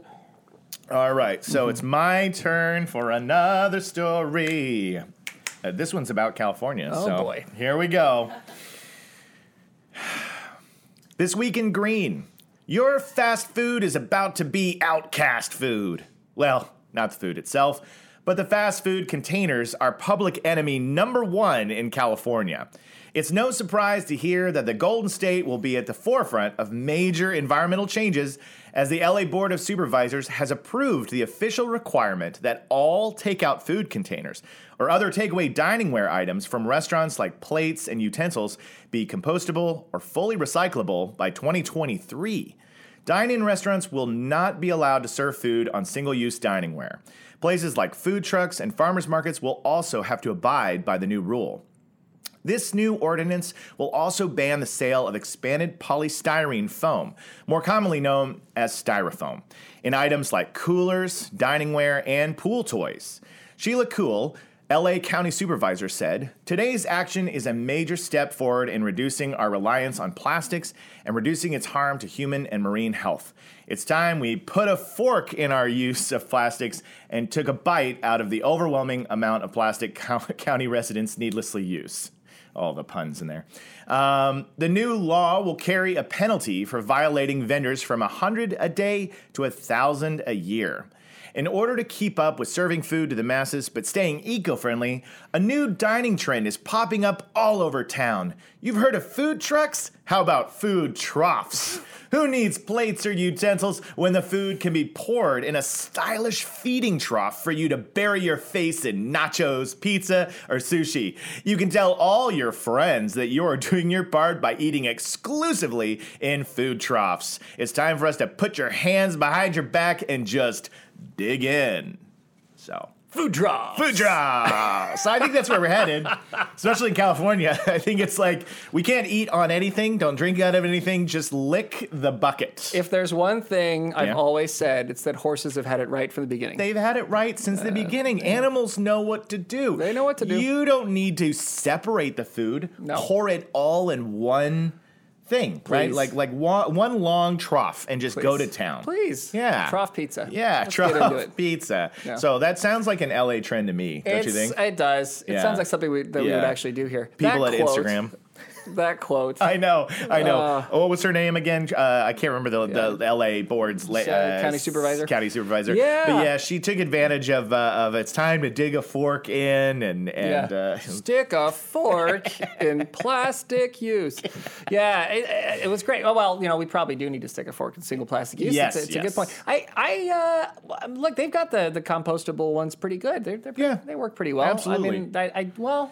All right, so
Mm-hmm.
it's my turn for another story. Uh, this one's about California.
Oh,
so
boy.
Here we go. this week in green, your fast food is about to be outcast food. Well, not the food itself, but the fast food containers are public enemy number one in California. It's no surprise to hear that the Golden State will be at the forefront of major environmental changes as the LA Board of Supervisors has approved the official requirement that all takeout food containers or other takeaway diningware items from restaurants like plates and utensils be compostable or fully recyclable by 2023. Dine in restaurants will not be allowed to serve food on single use diningware. Places like food trucks and farmers markets will also have to abide by the new rule. This new ordinance will also ban the sale of expanded polystyrene foam, more commonly known as styrofoam, in items like coolers, diningware, and pool toys. Sheila Cool, LA County Supervisor, said Today's action is a major step forward in reducing our reliance on plastics and reducing its harm to human and marine health. It's time we put a fork in our use of plastics and took a bite out of the overwhelming amount of plastic co- county residents needlessly use all the puns in there. Um, the new law will carry a penalty for violating vendors from 100 a day to 1,000 a year. In order to keep up with serving food to the masses but staying eco friendly, a new dining trend is popping up all over town. You've heard of food trucks? How about food troughs? Who needs plates or utensils when the food can be poured in a stylish feeding trough for you to bury your face in nachos, pizza, or sushi? You can tell all your friends that you're doing your part by eating exclusively in food troughs. It's time for us to put your hands behind your back and just dig in. So.
Food draw.
Food drops. I think that's where we're headed, especially in California. I think it's like we can't eat on anything, don't drink out of anything, just lick the bucket.
If there's one thing I've
Yeah.
always said, it's that horses have had it right from the beginning.
They've had it right since the beginning. Animals know what to do.
Uh, They know what to do.
You don't need to separate the food.
No.
Pour it all in one thing, right?
Please.
Like like one, one long trough and just go to
Please.
town.
Please.
Yeah.
Trough pizza.
Yeah,
Let's
trough
Get into it.
pizza.
Yeah.
So that sounds like an LA trend to me, don't you
It's-
think?
It does. It
Yeah.
sounds like something we, that we would
Yeah.
actually do here.
People
That
at
quote-
Instagram.
That quote.
I know, I know.
Uh,
oh, what was her name again? Uh, I can't remember the, the, L.A. board's la-
Uh, county supervisor?
County supervisor.
Yeah.
but yeah, she took advantage of uh, of it's time to dig a fork in and and
yeah.
uh,
Stick a fork in plastic use. Yeah, it, it was great. Oh well, you know we probably do need to stick a fork in single plastic use.
Yes,
it's, a- it's a
yes.
good point. I, I uh, look, they've got the the compostable ones pretty good. They're, they're pretty,
Yeah.
they work pretty well.
Absolutely.
I mean, I, I well.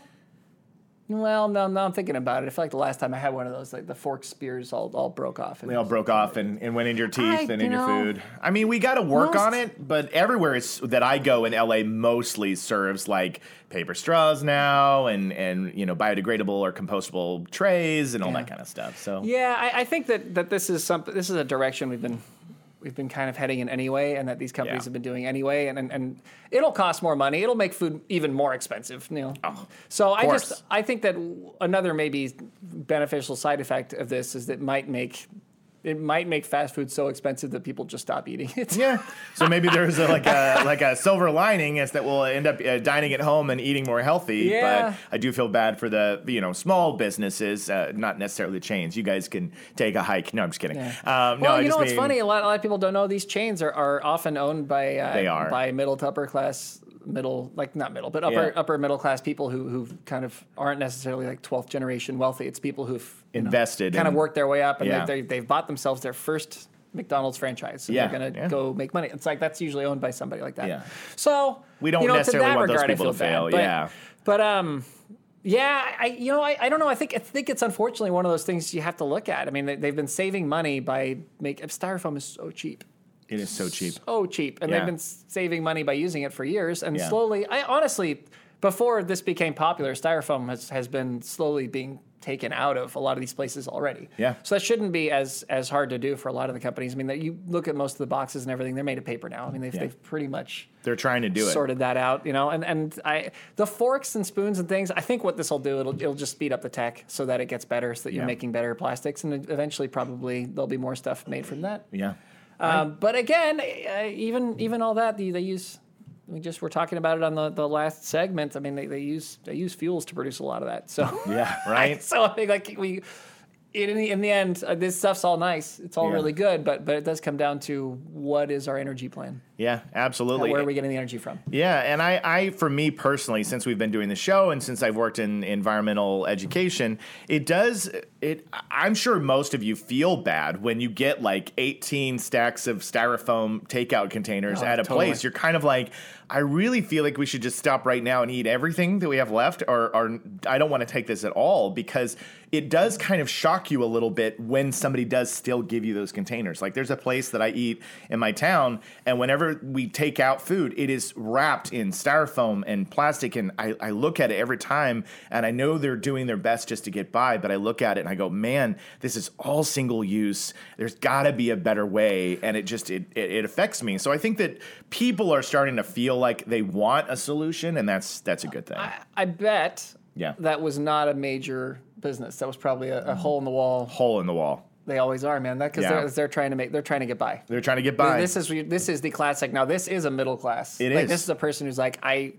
Well, no, no, I'm thinking about it. I feel like the last time I had one of those, like the fork spears all, all broke off. and
they all broke off and, and went in your teeth
I-
and
you
in your
know,
food. I mean, we got to work
most-
on it, but everywhere is, that I go in LA mostly serves like paper straws now and and you know biodegradable or compostable trays and all that kind of stuff. So
Yeah, I, I think that, that this is something. This is a direction we've been we've been kind of heading in anyway, and that these companies
Yeah.
have been doing anyway, and, and and it'll cost more money. It'll make food even more expensive. You know. so I
Oh, course.
just I think that w- another maybe beneficial side effect of this is that might make. It might make fast food so expensive that people just stop eating it.
Yeah. So maybe there's a, like a like a silver lining is that we'll end up uh, dining at home and eating more healthy.
Yeah.
But I do feel bad for the you know small businesses, uh, not necessarily the chains. You guys can take a hike. No, I'm just kidding. Um, no,
well,
I
you know
just
what's
mean-
funny? A lot, a lot of people don't know these chains are, are often owned by uh,
They are.
by middle to upper class middle like not middle but upper
Yeah.
upper middle class people who who kind of aren't necessarily like 12th generation wealthy. It's people who've you know,
Invested
kind of
in-
worked their way up and
Yeah.
they, they, they've bought themselves their first McDonald's franchise. So
Yeah,
they're gonna
yeah.
go make money. It's like that's usually owned by somebody like that.
Yeah.
So
We don't
you know, to
necessarily
that
want those
regard, I
people to
feel bad,
fail,
but-
yeah.
but um. Yeah, I you know I, I don't know I think I think it's unfortunately one of those things you have to look at. I mean they, they've been saving money by make styrofoam is so cheap,
It is so cheap.
so oh, cheap, and
Yeah.
they've been s- saving money by using it for years. And
Yeah.
slowly, I honestly before this became popular, styrofoam has has been slowly being taken out of a lot of these places already.
Yeah.
So that shouldn't be as as hard to do for a lot of the companies. I mean that you look at most of the boxes and everything they're made of paper now. I mean they've they've pretty much
They're trying to do it.
sorted that out, you know. And and I the forks and spoons and things. I think what this will do, it'll it'll just speed up the tech so that it gets better, so that you're
Yeah.
making better plastics, and eventually probably there'll be more stuff made from that.
Yeah.
Um, but again, uh, even even all that they, they use. We just were talking about it on the, the last segment. I mean, they, they use they use fuels to produce a lot of that. So
Yeah. Right.
so I think like we in the, in the end, uh, this stuff's all nice. It's all
Yeah.
really good, but but it does come down to what is our energy plan?
Yeah. Absolutely.
Where are we getting the energy from?
Yeah, and I, I, for me personally, since we've been doing the show and since I've worked in environmental education, it does. It, I'm sure most of you feel bad when you get like 18 stacks of styrofoam takeout containers
Oh,
at a
totally.
place. You're kind of like, I really feel like we should just stop right now and eat everything that we have left, or, or I don't want to take this at all because it does kind of shock you a little bit when somebody does still give you those containers. Like there's a place that I eat in my town, and whenever we take out food, it is wrapped in styrofoam and plastic. And I, I look at it every time, and I know they're doing their best just to get by, but I look at it and I go, man, this is all single use. There's got to be a better way, and it just it, it it affects me. So I think that people are starting to feel like they want a solution, and that's that's a good thing.
I, I bet
Yeah.
that was not a major business. That was probably a, a hole in the wall.
Hole in the wall.
They always are, man. That because
Yeah.
they're, they're trying to make they're trying to get by.
They're trying to get by.
This is this is the classic. Now this is a middle class.
It
like,
is.
This is a person who's like I.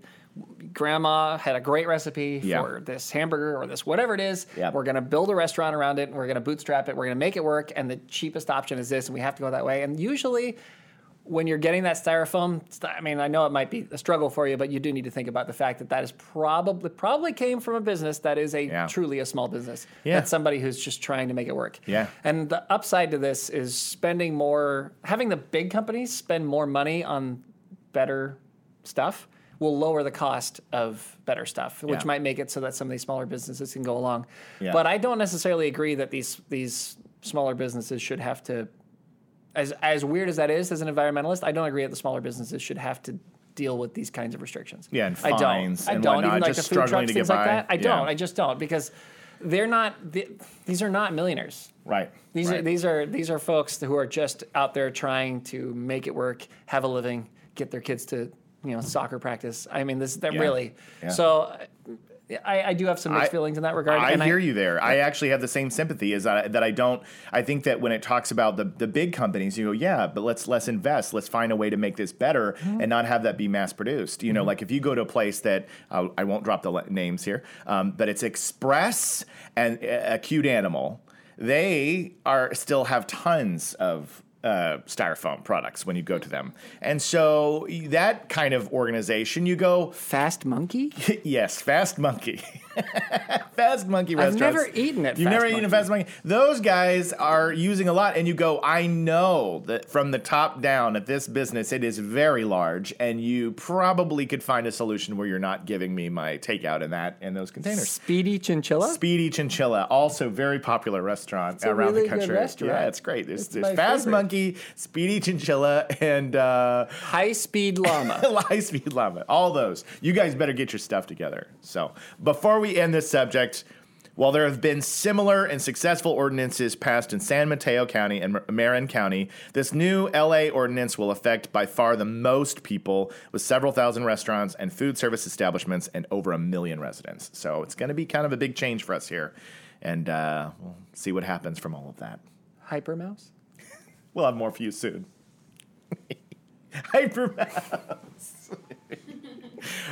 Grandma had a great recipe
Yeah.
for this hamburger or this whatever it is.
Yeah.
We're gonna build a restaurant around it. We're gonna bootstrap it. We're gonna make it work. And the cheapest option is this, and we have to go that way. And usually, when you're getting that styrofoam, it's not- I mean, I know it might be a struggle for you, but you do need to think about the fact that that is probably probably came from a business that is a
Yeah.
truly a small business.
Yeah.
That's somebody who's just trying to make it work.
Yeah.
And the upside to this is spending more, having the big companies spend more money on better stuff will lower the cost of better stuff, which
Yeah.
might make it so that some of these smaller businesses can go along.
Yeah.
But I don't necessarily agree that these these smaller businesses should have to as as weird as that is as an environmentalist, I don't agree that the smaller businesses should have to deal with these kinds of restrictions.
Yeah, and
I
fines
don't.
and
I don't
whatnot,
even like
just
the food
struggling
trucks,
to get
things like
by.
that. I
Yeah.
don't. I just don't because they're not. th these are not millionaires.
Right.
These
right.
are these are these are folks who are just out there trying to make it work, have a living, get their kids to you know soccer practice. I mean, this that
Yeah.
really.
Yeah.
So, I, I do have some mixed
I-
feelings in that regard.
I
and
hear you there. I actually have the same sympathy as I, that. I don't. I think that when it talks about the the big companies, you go, yeah, but let's let's invest. Let's find a way to make this better
Mm-hmm.
and not have that be mass produced. You know, like if you go to a place that uh, I won't drop the le- names here, um, but it's Express and uh, a, a cute animal. They are still have tons of. Uh, styrofoam products when you go to them, and so that kind of organization, you go,
Fast monkey.
yes, Fast Monkey. Fast Monkey
I've
restaurants.
never eaten at
You've
Fast
never eaten at
Monkey.
Fast Monkey. Those guys are using a lot, and you go, I know that from the top down at this business, it is very large, and you probably could find a solution where you're not giving me my takeout in that in those containers.
Speedy chinchilla.
Speedy Chinchilla, also very popular restaurant
a
around
really
the
good
country.
restaurant.
Yeah, it's great. There's,
It's
there's
my
Fast
favorite.
Monkey, Speedy Chinchilla, and uh,
High speed llama.
High Speed Llama. All those. You guys better get your stuff together. So, before we end this subject, while there have been similar and successful ordinances passed in San Mateo County and Mar- Marin County, this new LA ordinance will affect by far the most people, with several thousand restaurants and food service establishments and over a million residents. So, it's going to be kind of a big change for us here. And uh, we'll see what happens from all of that.
Hyper mouse.
We'll have more for you soon. Hyper Mouse.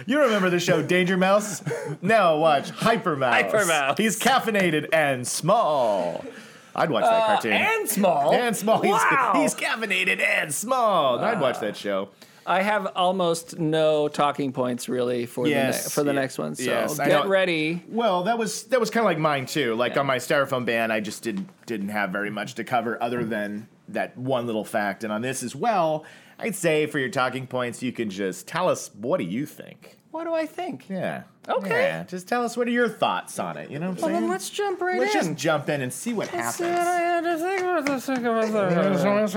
you remember the show Danger Mouse? Now watch Hyper Mouse.
Hyper Mouse.
He's caffeinated and small. I'd watch that cartoon.
Uh, and small.
And small. He's,
Wow. Uh.
he's caffeinated and small. I'd watch that show.
I have almost no talking points really for the
Yes.
ne- for the
Ye-
next one. So
yes, I
get
know.
ready.
Well, that was that was kind of like mine too. Like
Yeah.
on my styrofoam ban, I just didn't didn't have very much to cover other than that one little fact. And on this as well, I'd say for your talking points, you can just tell us what do you think.
What do I think?
Yeah.
Okay.
Yeah, Just tell us what are your thoughts on it. You know what I'm
Well,
saying?
then let's jump right
Let's
in.
just jump in and see what
Let's see what I
happens.
had to think about this, think about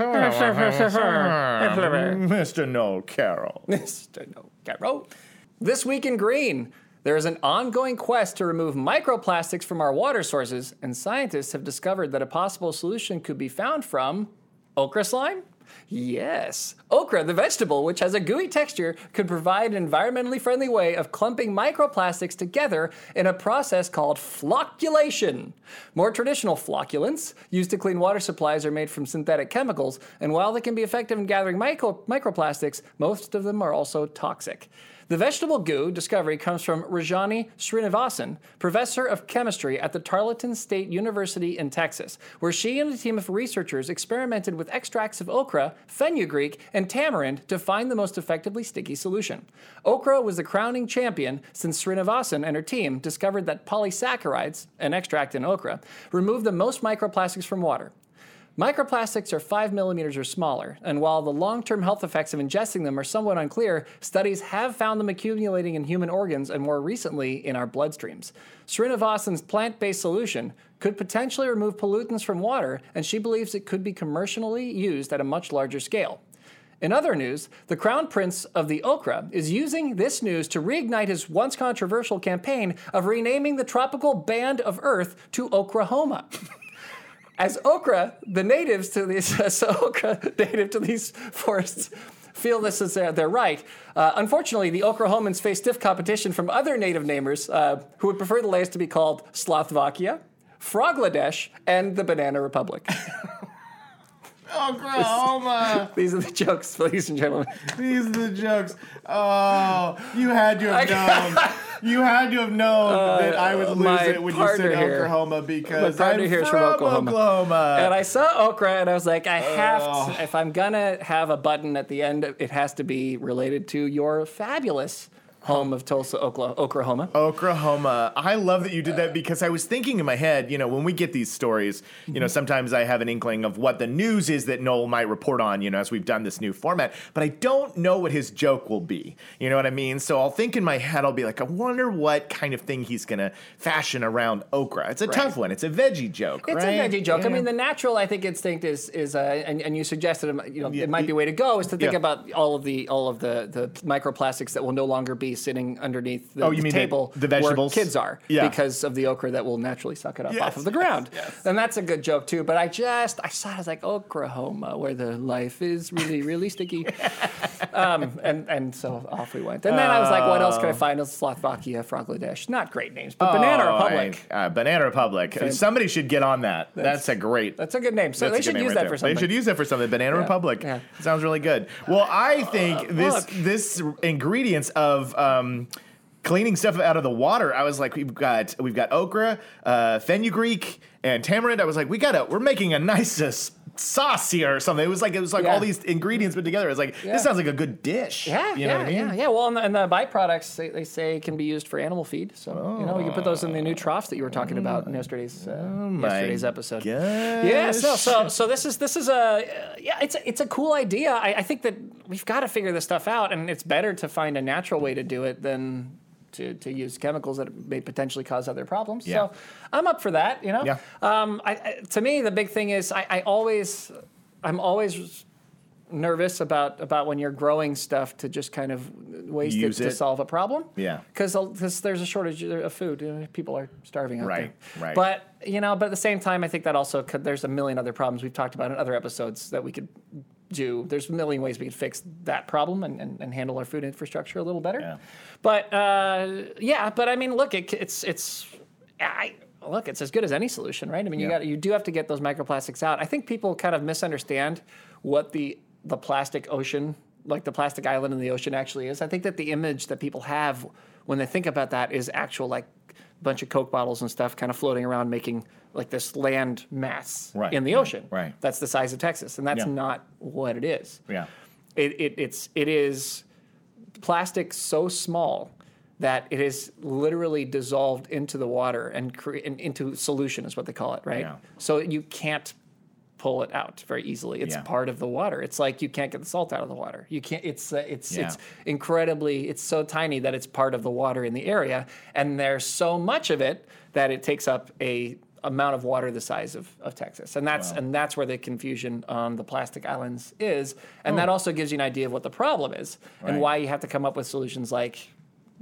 "Oh, that.
Mr. Noel Carroll.
Mr. No Caro. This week in green, there is an ongoing quest to remove microplastics from our water sources, and scientists have discovered that a possible solution could be found from okra slime. Yes, okra, the vegetable, which has a gooey texture, could provide an environmentally friendly way of clumping microplastics together in a process called flocculation. More traditional flocculants used to clean water supplies are made from synthetic chemicals, and while they can be effective in gathering micro- microplastics, most of them are also toxic. The vegetable goo discovery comes from Rajani Srinivasan, professor of chemistry at the Tarleton State University in Texas, where she and a team of researchers experimented with extracts of okra, fenugreek, and tamarind to find the most effectively sticky solution. Okra was the crowning champion since Srinivasan and her team discovered that polysaccharides, an extract in okra, remove the most microplastics from water. Microplastics are 5 millimeters or smaller, and while the long term health effects of ingesting them are somewhat unclear, studies have found them accumulating in human organs and more recently in our bloodstreams. Srinivasan's plant based solution could potentially remove pollutants from water, and she believes it could be commercially used at a much larger scale. In other news, the crown prince of the Okra is using this news to reignite his once controversial campaign of renaming the tropical band of Earth to Oklahoma. As okra, the natives to these as okra native to these forests feel this is their, their right. Uh, unfortunately, the Oklahomans face stiff competition from other native namers uh, who would prefer the lands to be called Slothvakia, Frogladesh, and the Banana Republic. Oh,
Oklahoma.
These are the jokes, ladies and gentlemen.
These are the jokes. Oh, you had to have known. You had to have known that I would lose
Uh, my
it when you said
partner here-
Oklahoma because
my
I'm
partner here is
from
from
Oklahoma.
Oklahoma. and I saw okra, and I was like, I have
Oh.
to. If I'm gonna have a button at the end, it has to be related to your fabulous home of Tulsa, Oklahoma. Oklahoma.
Oklahoma. I love that you did that because I was thinking in my head, you know, when we get these stories, you
Mm-hmm.
know, sometimes I have an inkling of what the news is that Noel might report on, you know, as we've done this new format, but I don't know what his joke will be. You know what I mean? So I'll think in my head, I'll be like, I wonder what kind of thing he's going to fashion around okra. It's a tough one. It's a veggie joke,
It's
right?
a veggie joke.
Yeah.
I mean, the natural, I think, instinct is is uh, and, and you suggested um, you know
Yeah,
it might be a way to go is to think
yeah.
about all of the all of the the microplastics that will no longer be sitting underneath the,
Oh, you
the
mean the-
table
the vegetables?
where kids are
Yeah.
because of the okra that will naturally suck it up
Yes,
off of the ground. And that's a good joke too. But I just I saw it as like Oklahoma where the life is really really sticky. Um, and and so off we went. And then I was like, what else can I find? It's Slovakia, Frogladesh. Not great names, but Banana
Oh,
Republic.
I- uh, Banana Republic. Somebody should get on that. That's, a great.
That's a good name. So
That's
they
a good
should
name
use
right
that
there.
for something.
They should use that for something. Banana Republic
yeah.
sounds really good. Well, I think this
look.
this ingredients of. Um, Cleaning stuff out of the water. I was like, we've got we've got okra, uh, fenugreek, and tamarind. I was like, we gotta we're making a nice uh, s- sauce here or something. It was like it was like
Yeah.
all these ingredients put together. It's like
Yeah.
this sounds like a good dish.
Yeah,
you
yeah,
know what I mean.
yeah, yeah. Well, and the, and the byproducts they, they say can be used for animal feed. So you know, you can put those in the new troughs that you were talking about
Oh,
in yesterday's uh, yesterday's episode. Yeah. So
gosh.
so so this is this is a uh, yeah. It's a, it's a cool idea. I, I think that we've got to figure this stuff out, and it's better to find a natural way to do it than. To, to use chemicals that may potentially cause other problems.
Yeah.
So I'm up for that, you know?
Yeah.
Um, I, I, to me, the big thing is I, I always, I'm always nervous about about when you're growing stuff to just kind of waste
Use
it,
it.
to solve a problem.
Yeah.
because there's a shortage of food. You know, people are starving out
Right,
there.
right.
But you know, but at the same time, I think that also could, there's a million other problems we've talked about in other episodes that we could do. There's a million ways we could fix that problem and, and, and handle our food infrastructure a little better.
Yeah.
But uh, yeah, but I mean, look, it, it's it's I look, it's as good as any solution, right? I mean, you
Yeah.
got you do have to get those microplastics out. I think people kind of misunderstand what the the plastic ocean, like the plastic island in the ocean, actually is. I think that the image that people have when they think about that is actual like bunch of coke bottles and stuff kind of floating around making like this land mass
Right,
in the
right,
ocean
right.
that's the size of texas and that's
Yeah.
not what it is
Yeah.
it, it it's it is plastic so small that it is literally dissolved into the water and, cre- and into solution is what they call it, right?
Yeah.
So you can't pull it out very easily. It's
Yeah.
part of the water. It's like you can't get the salt out of the water. You can't. It's uh, it's
Yeah.
it's incredibly. It's so tiny that it's part of the water in the area, and there's so much of it that it takes up a amount of water the size of, of Texas. And that's
Wow.
and that's where the confusion on the plastic islands is. And that also gives you an idea of what the problem is
Oh. Right.
and why you have to come up with solutions like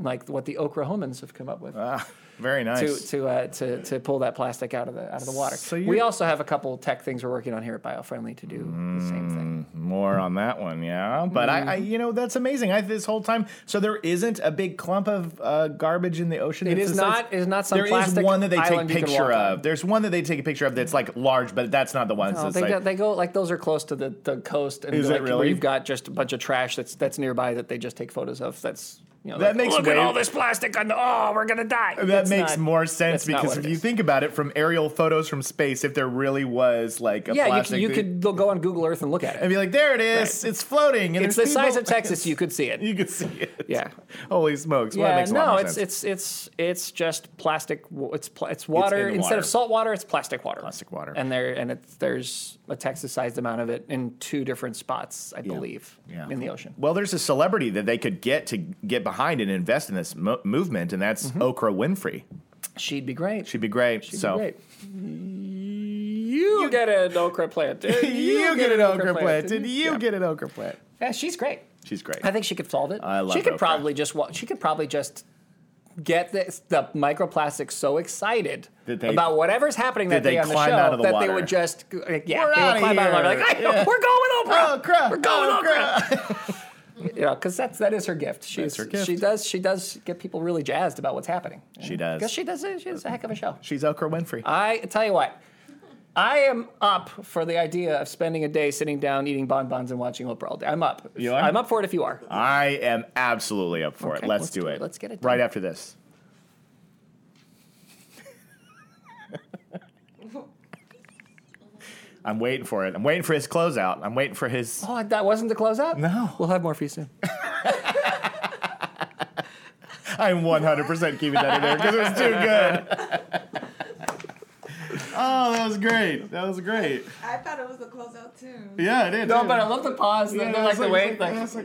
like what the Oklahomans have come up with
Ah, very nice.
to to, uh, to to pull that plastic out of the out of the water.
So
we
you're-
also have a couple tech things we're working on here at BioFriendly to do the same
Mm.
thing.
More on that one, yeah. But I, I,
Mm-hmm.
you know, that's amazing. I this whole time, so there isn't a big clump of uh, garbage in the ocean.
It is not- it is not some
There is
plastic
one that they take
island you can
picture
walk on.
of. There's one that they take a picture of that's like large, but that's not the one.
Oh,
that's
they,
like,
go, they go like those are close to the, the coast, and
Is
like,
it
where
really?
you've got just a bunch of trash that's that's nearby that they just take photos of. That's you know
That
like,
makes
look
way-
at all this plastic on the oh we're gonna die.
that
That's
makes
not-
more sense
that's not
because
what
if
it
you
is.
think about it from aerial photos from space, if there really was like a
yeah, you,
plastic,
c- you
thing,
could they'll go on Google Earth and look at
and
it.
be like, there it is, it's floating, and
It's the
there's
size
people-
of Texas. You could see it.
You could see it.
Yeah.
Holy smokes! Well, that
yeah,
makes a
no,
lot more
it's
sense.
it's it's it's just plastic. wa- It's pl- it's water
in
instead
water.
of salt water. It's plastic water.
Plastic water.
And there and it's, there's a Texas-sized amount of it in two different spots, I believe,
Yeah.
in the ocean.
Well, there's a celebrity that they could get to get behind and invest in this mo- movement, and that's Oprah Winfrey.
She'd be great.
Mm-hmm. She'd be great.
She'd
so
be great. You, get an okra plant. dude.
you, get an okra plant.
dude.
Did you get an okra plant?
Yeah, she's great.
She's great.
I think she could solve it.
I love
She could
Oprah.
probably just wa- she could probably just get the, the microplastics so excited
That they-
about whatever's happening that
they
day on the
climb
show
out of the
that they
water.
would just like, yeah
We're
they would
outta
climb out of the water
here.
like, "Hey,
Yeah.
we're going Oprah
Okra,
we're going
okra."
Oprah you know because that's that is her gift she's
her gift.
she does she does get people really jazzed about what's happening
She does.
because she does a- she does a heck of a show
She's Oprah Winfrey.
I tell you what, I am up for the idea of spending a day sitting down, eating bonbons, and watching Oprah all day. I'm up.
You are?
I'm up for it if you are.
I am absolutely up for it.
Okay,
Let's,
let's
do,
do
it.
it. Let's get it
right
done.
after this. I'm waiting for it. I'm waiting for his closeout. I'm waiting for his.
Oh, that wasn't the closeout?
No.
We'll have more for you soon.
I'm 100% keeping that in there because it was too good. oh, that was great. That was great.
I thought it was a closeout too.
Yeah, it is.
No, but I love the pause.
Yeah,
Yeah,
I
like,
was
the wait.
I
Like,
was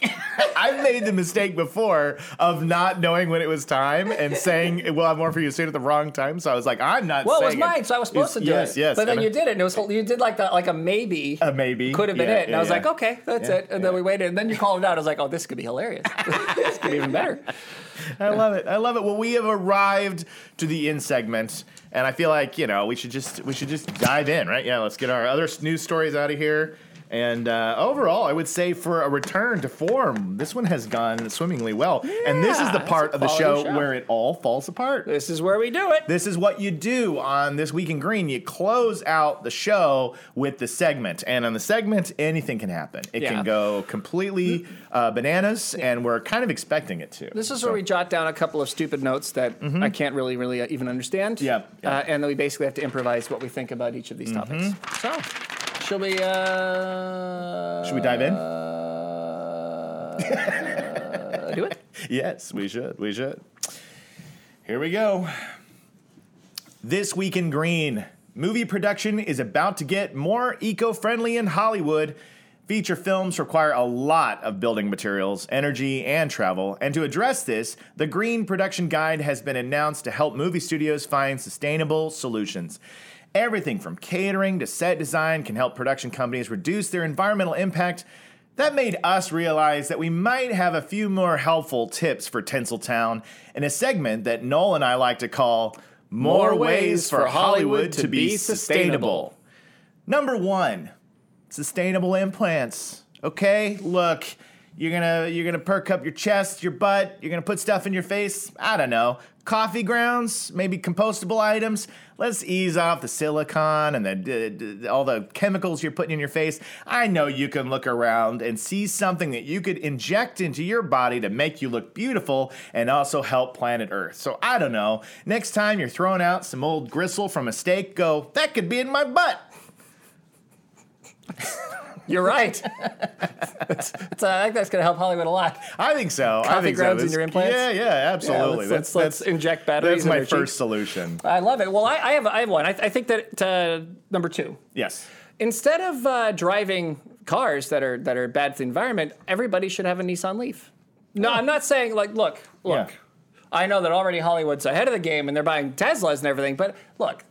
I've made the mistake before of not knowing when it was time and saying, "We'll have more for you soon" at the wrong time. So I was like, "I'm not."
well, it was
saying
mine, so I was supposed to do
yes,
it.
Yes,
But then
and
you
I-
did it, and it was you did like that, like a maybe.
a Uh, maybe
could have been
Yeah,
it. And I
yeah,
was
yeah.
like, okay, that's
Yeah,
it. And then
yeah.
we waited, and then you called it out. I was like, oh, this could be hilarious. this could be even better.
I love it. I love it. Well, we have arrived to the in segment, and I feel like you know we should just we should just dive in, right? Yeah, let's get our other s- news stories out of here. And uh, overall, I would say for a return to form, this one has gone swimmingly well. and this is
Yeah,
the
it's
part
a
of the show,
quality show.
where it all falls apart.
This is where we do it.
This is what you do on This Week in Green. You close out the show with the segment. And on the segment, anything can happen. It
Yeah.
can go completely uh, bananas, and we're kind of expecting it to.
This is where we jot down a couple of stupid notes that I can't really, really uh, even understand.
Mm-hmm. Yeah, yeah. Mm-hmm.
Uh, and then we basically have to improvise what we think about each of these topics. So, shall we? Uh,
Should we dive in?
Uh, do it.
Yes, we should. We should. Here we go. This Week in Green. Movie production is about to get more eco friendly in Hollywood. Feature films require a lot of building materials, energy, and travel. And to address this, the Green Production Guide has been announced to help movie studios find sustainable solutions. Everything from catering to set design can help production companies reduce their environmental impact. That made us realize that we might have a few more helpful tips for Tinseltown in a segment that Noel and I like to call More, Ways for Hollywood to Be Sustainable. Number one, sustainable implants. Okay, look, you're gonna you're gonna perk up your chest, your butt. You're gonna put stuff in your face. I don't know, coffee grounds, maybe compostable items. Let's ease off the silicon and the d- d- all the chemicals you're putting in your face. I know you can look around and see something that you could inject into your body to make you look beautiful and also help planet Earth. So I don't know. Next time you're throwing out some old gristle from a steak, go that could be in my butt.
You're right. That's- that's- I think that's going to help Hollywood a lot.
I think so. I
Coffee
think
grounds
so.
in your
That's-
implants?
Yeah, yeah, absolutely.
Yeah, let's, let's, let's inject
that's
batteries. in
my
their
first
cheeks.
solution.
I love it. Well, I, I have I have one. I, I think that uh, number two.
Yes.
Instead of uh, driving cars that are that are bad for the environment, everybody should have a Nissan Leaf. No, I'm not saying like look look.
Yeah.
I know that already Hollywood's ahead of the game and they're buying Teslas and everything, but look.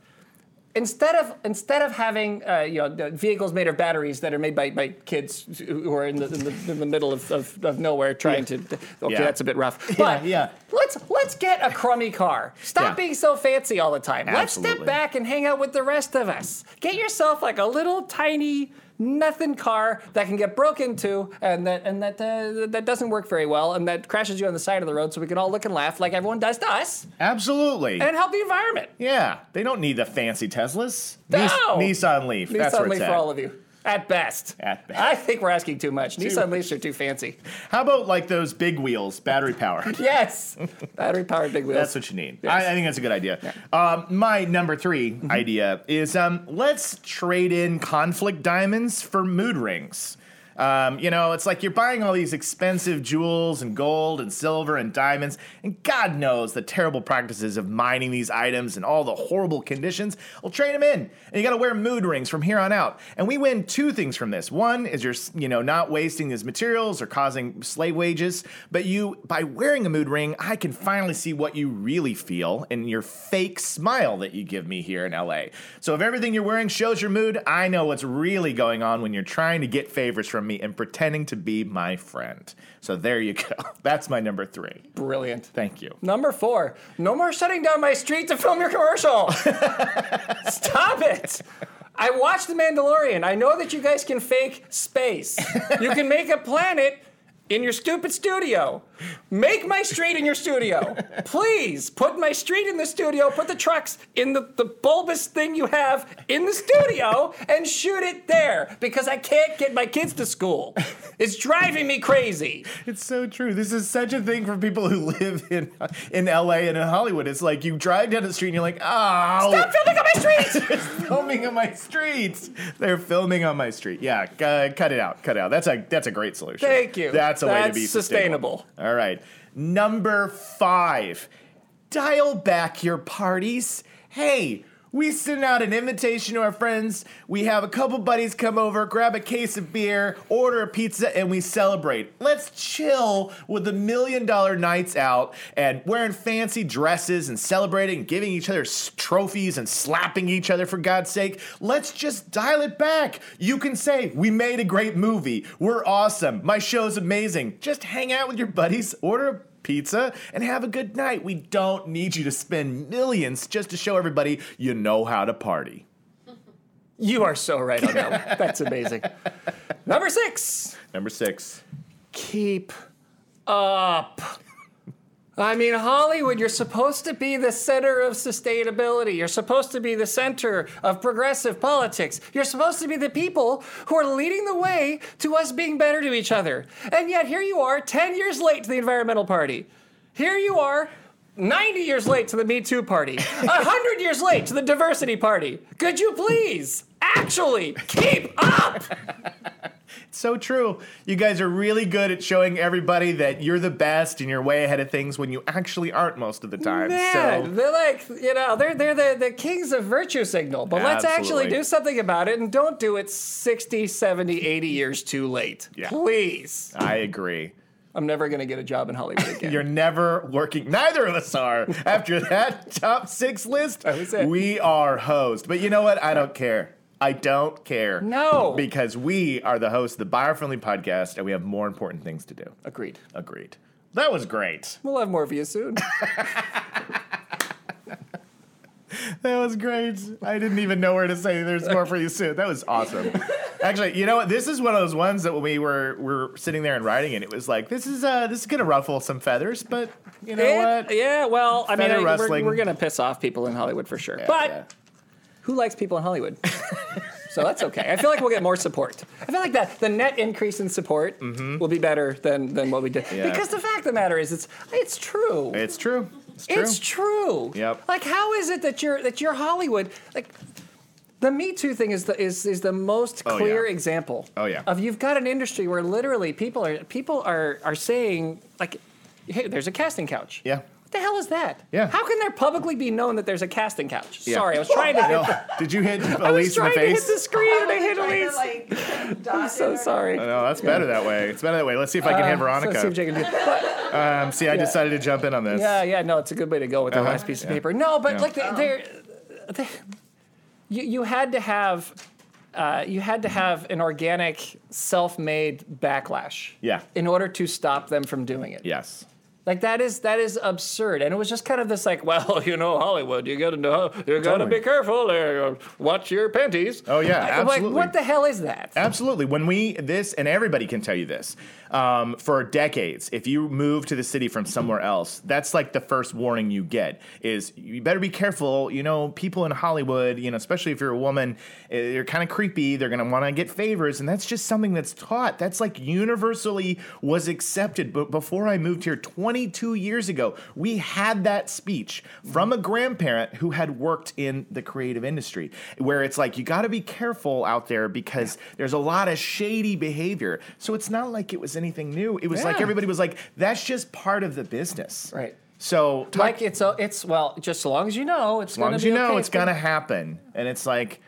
Instead of instead of having uh, you know the vehicles made of batteries that are made by, by kids who who are in the, in the, in the middle of, of, of nowhere trying to okay
Yeah.
that's a bit rough but
yeah.
let's let's get a crummy car stop
Yeah.
being so fancy all the time Let's
Absolutely.
step back and hang out with the rest of us. Get yourself like a little tiny nothing car that can get broke into and that and that uh, that doesn't work very well and that crashes you on the side of the road so we can all look and laugh like everyone does to us
Absolutely.
and help the environment.
yeah. They don't need the fancy Teslas. Nis-
No!
Nissan Leaf. That's
Nissan
where it's
Leaf
at.
for all of you. At best.
At best.
I think we're asking too much.
much.
Nissan Leafs are too fancy.
How about like those big wheels, battery powered?
Yes. Battery powered big wheels.
That's what you need. I, I think that's a good idea. Um, my number 3 idea is um, let's trade in conflict diamonds for mood rings. Um, you know, it's like you're buying all these expensive jewels and gold and silver and diamonds, and God knows the terrible practices of mining these items and all the horrible conditions. Well, trade them in, and you got to wear mood rings from here on out. And we win two things from this. One is you're, s- you know, not wasting these materials or causing slave wages, but you, by wearing a mood ring, I can finally see what you really feel in your fake smile that you give me here in LA. So if everything you're wearing shows your mood, I know what's really going on when you're trying to get favors from me and pretending to be my friend. So there you go. That's my number three.
Brilliant.
Thank you.
Number four, no more shutting down my street to film your commercial. Stop it. I watched The Mandalorian. I know that you guys can fake space. You can make a planet in your stupid studio. Make my street in your studio. Please put my street in the studio, put the trucks in the, the bulbous thing you have in the studio and shoot it there because I can't get my kids to school. It's driving me crazy.
It's so true. This is such a thing for people who live in in LA and in Hollywood. It's like you drive down the street and you're like, oh,
Stop filming on my street!
filming on my streets. They're filming on my street. Yeah, uh, cut it out. Cut it out. That's a that's a great solution.
Thank you.
That's a way to
That's
be
sustainable.
All right, number five. Dial back your parties. Hey. We send out an invitation to our friends. We have a couple buddies come over, grab a case of beer, order a pizza, and we celebrate. Let's chill with the million dollar nights out and wearing fancy dresses and celebrating, giving each other s- trophies and slapping each other for God's sake. Let's just dial it back. You can say, We made a great movie. We're awesome. My show's amazing. Just hang out with your buddies, order a pizza and have a good night. We don't need you to spend millions just to show everybody you know how to party.
You are so right on that one. That's amazing. Number six.
Number six.
keep up. I mean, Hollywood, you're supposed to be the center of sustainability. You're supposed to be the center of progressive politics. You're supposed to be the people who are leading the way to us being better to each other. And yet, here you are, 10 years late to the environmental party. Here you are, 90 years late to the Me Too party, 100 years late to the diversity party. Could you please actually keep up?
So true. You guys are really good at showing everybody that you're the best and you're way ahead of things when you actually aren't most of the time.
Man,
So
they're like, you know, they're they're the, the kings of virtue signal, but let's actually
Absolutely.
do something about it and don't do it 60, 70, 80 years too late.
Yeah.
Please.
I agree.
I'm never going to get a job in Hollywood again.
You're never working. Neither of us are. After that top six list,
That was it.
we are hosed. But you know what? I don't care. I don't care.
No.
Because we are the host of the Buyer Friendly Podcast and we have more important things to do.
Agreed.
Agreed. That was great.
We'll have more of you soon.
That was great. I didn't even know where to say there's more for you soon. That was awesome. Actually, you know what? This is one of those ones that when we were were sitting there and writing it, it was like this is uh this is gonna ruffle some feathers, but you know
It-
what?
Yeah, well, I mean,
Feather
I- we're,
rustling.
we're going to piss off people in Hollywood for sure.
Yeah,
but
yeah.
who likes people in Hollywood? so that's okay. I feel like we'll get more support. I feel like that the net increase in support will be better than than what we did.
Mm-hmm. Yeah.
Because the fact of the matter is, it's it's true.
it's true. It's true.
It's true.
Yep.
Like, how is it that you're that you're Hollywood? Like, the Me Too thing is the is is the most
Oh,
clear
yeah.
example.
Oh, yeah.
Of you've got an industry where literally people are people are are saying like, hey, there's a casting couch.
Yeah.
What the hell is that?
Yeah.
How can there publicly be known that there's a casting couch?
Yeah.
Sorry, I was trying to.
You
hit,
know, did you hit
I was
Elise in the
trying to hit
face?
the screen and I hit
trying
Elise.
to, like, dot
I'm so
it or-
sorry.
No, that's better that way. It's better that way. Let's see if I can hit
So Uh, let's see
Veronica.
if Jake can do it. But-
um, see, I decided to jump in on this.
Yeah, yeah, no, it's a good way to go with the
Uh-huh.
last piece of
Yeah.
paper. No, but
Yeah.
like they, they're, they- you, you had to have, uh, you had to have an organic, self-made backlash.
Yeah.
In order to stop them from doing it.
Yes.
Like that is that is absurd, and it was just kind of this like, well, you know, Hollywood, you gotta know, you gotta
Totally.
be careful, uh, watch your panties.
Oh, yeah,
Like,
absolutely.
Like, what the hell is that?
Absolutely. When we, this, and everybody can tell you this, um, for decades, if you move to the city from somewhere else, that's like the first warning you get is you better be careful. You know, people in Hollywood, you know, especially if you're a woman, eh, they're kind of creepy. They're going to want to get favors. And that's just something that's taught. That's like universally was accepted. But before I moved here 22 years ago, we had that speech from a grandparent who had worked in the creative industry, where it's like, you got to be careful out there because there's a lot of shady behavior. So it's not like it was anything new. It was like
Yeah.
everybody was like, that's just part of the business.
Right.
So, talk,
Like it's a, it's well, just so long as you know, it's
as long
gonna
as
be
you know
okay,
it's going to happen. And it's like,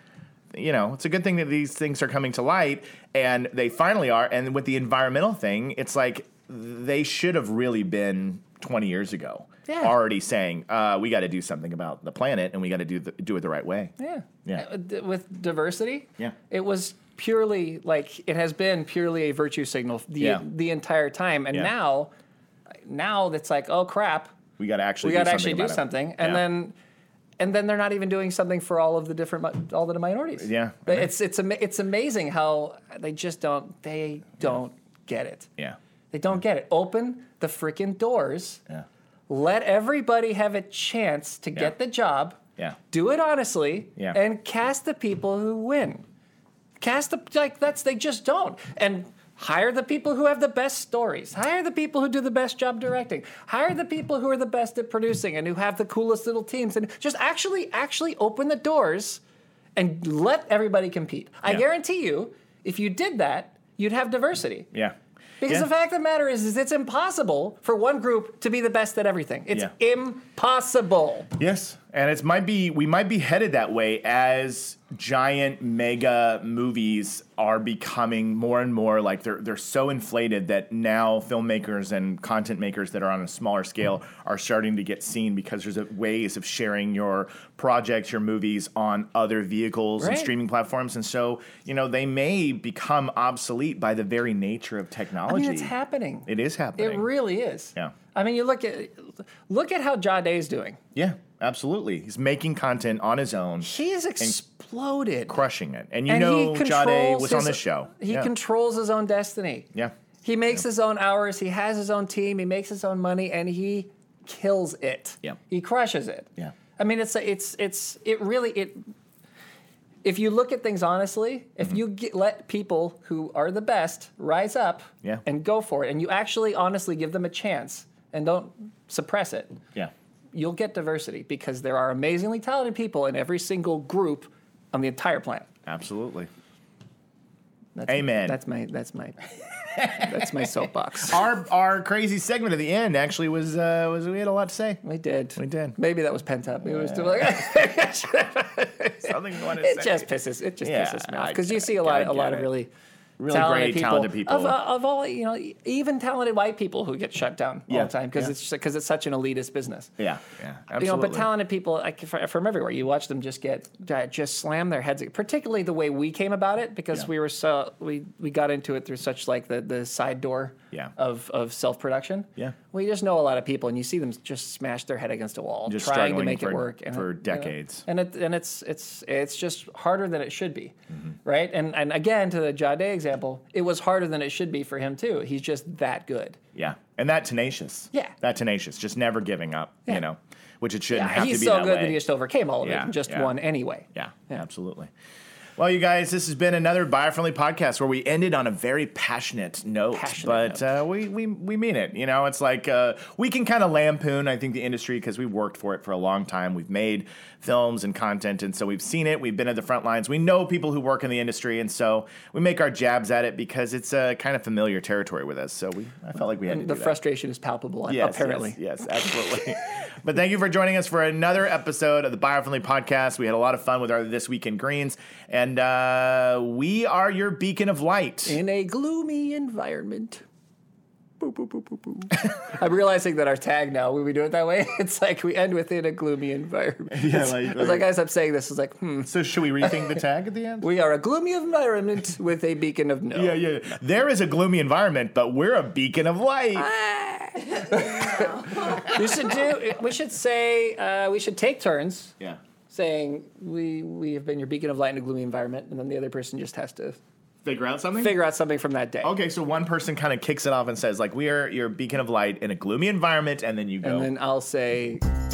you know, it's a good thing that these things are coming to light and they finally are. And with the environmental thing, it's like they should have really been 20 years ago
Yeah.
already saying, uh, we got to do something about the planet and we got to do, the, do it the right way.
Yeah.
Yeah.
Uh, d- With diversity.
Yeah.
It was purely like it has been purely a virtue signal the
Yeah.
the entire time, and
Yeah.
now, now it's like oh crap,
We got to actually
we
do
got to
something.
actually do
about it.
something, and
Yeah.
then. And then they're not even doing something for all of the different mi- all the minorities.
Yeah.
But it's it's ama- it's amazing how they just don't they don't get it.
Yeah.
They don't get it. Open the freaking doors.
Yeah.
Let everybody have a chance to
Yeah.
get the job.
Yeah.
Do it honestly.
Yeah.
And cast the people who win. Cast the like that's they just don't. And hire the people who have the best stories. Hire the people who do the best job directing. Hire the people who are the best at producing and who have the coolest little teams and just actually actually open the doors and let everybody compete. I
Yeah.
guarantee you if you did that, you'd have diversity.
Yeah.
Because
Yeah.
the fact of the matter is, is it's impossible for one group to be the best at everything. It's
Yeah.
impossible.
Yes, and it's might be we might be headed that way as giant mega movies are becoming more and more like they're they're so inflated that now filmmakers and content makers that are on a smaller scale are starting to get seen because there's a, ways of sharing your projects, your movies on other vehicles and
Right.
streaming platforms, and so you know they may become obsolete by the very nature of
I
technology.
mean, it's happening.
It is happening.
It really is.
Yeah.
I mean, you look at look at how Jade's doing.
yeah, absolutely. He's making content on his own.
He's exploded.
crushing it. And you
And
know
he
Jade
controls
was on
his-
this show.
He
yeah.
controls his own destiny.
yeah.
He makes his own hours. He has his own team. He makes his own money, and he kills it.
Yeah.
He crushes it.
Yeah.
I mean, it's it's it's it really it. If you look at things honestly,
Mm-hmm.
if you get, let people who are the best rise up
Yeah.
and go for it, and you actually honestly give them a chance and don't suppress it,
Yeah.
you'll get diversity because there are amazingly talented people in every single group on the entire planet.
Absolutely.
That's
Amen.
that's my that's my that's my soapbox.
Our our crazy segment at the end actually was uh, was we had a lot to say.
We did.
We did.
Maybe that was pent up. It was still like
Something we wanted to
it
say.
just pisses it just
Yeah,
pisses me
I
off because you
get
see
it.
a lot
I
a lot
get
of
it.
really
Really great, talented people.
of, uh, of all you know e- even talented white people who get shut down
Yeah,
all the time because
yeah.
it's because it's such an elitist business.
yeah. Yeah. Absolutely.
You know, but talented people like, fr- from everywhere. You watch them just get uh, just slam their heads. Particularly the way we came about it, because
Yeah.
we were so we we got into it through such like the the side door
Yeah.
of of self production.
Yeah.
we just know a lot of people, and you see them just smash their head against a wall,
Just
trying to
struggling
make
for-
it work and
for
it- you know,
decades.
and it and it's it's it's just harder than it should be,
Mm-hmm.
right? And and again to the Jade example, it was harder than it should be for him too. He's just that good.
Yeah. And that tenacious.
Yeah.
That tenacious. Just never giving up, you
Yeah.
know, which it shouldn't
Yeah,
have to
he's
be
so
that
good
way.
that he just overcame all of it
Yeah,
and just
yeah.
won anyway.
Yeah,
Yeah.
absolutely. Well, you guys, this has been another buyer-friendly podcast where we ended on a very passionate note,
Passionate
but
note.
Uh, we we we mean it. You know, it's like uh, we can kind of lampoon, I think, the industry because we've worked for it for a long time. We've made films and content, and so we've seen it. We've been at the front lines. We know people who work in the industry, and so we make our jabs at it because it's uh, kind of familiar territory with us. So we, I felt like we had to
the
do that.
frustration is palpable
Yes,
apparently
Yes, yes, absolutely. but thank you for joining us for another episode of the Biofriendly Podcast. We had a lot of fun with our This Week in Greens, and uh, we are your beacon of light.
in a gloomy environment Boo, boo, boo, boo, boo. i'm realizing that our tag now when we do it that way it's like we end with in a gloomy environment
Yeah, like-
It's- it's like as i'm saying this it's like hmm
so should we rethink the tag at the end?
we are a gloomy environment with a beacon of no
yeah, yeah. There is a gloomy environment, but we're a beacon of light.
we should do we should say uh, we should take turns
yeah.
saying we we have been your beacon of light in a gloomy environment and then the other person just has to
Figure out something.
figure out something from that day
Okay, so one person kind of kicks it off and says, like, we are your beacon of light in a gloomy environment, and then you go.
and then i'll say
It's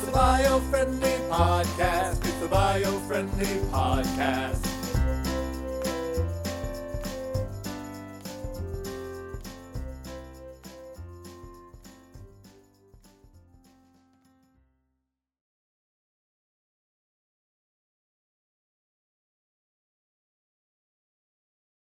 the bio friendly podcast. It's the bio friendly podcast.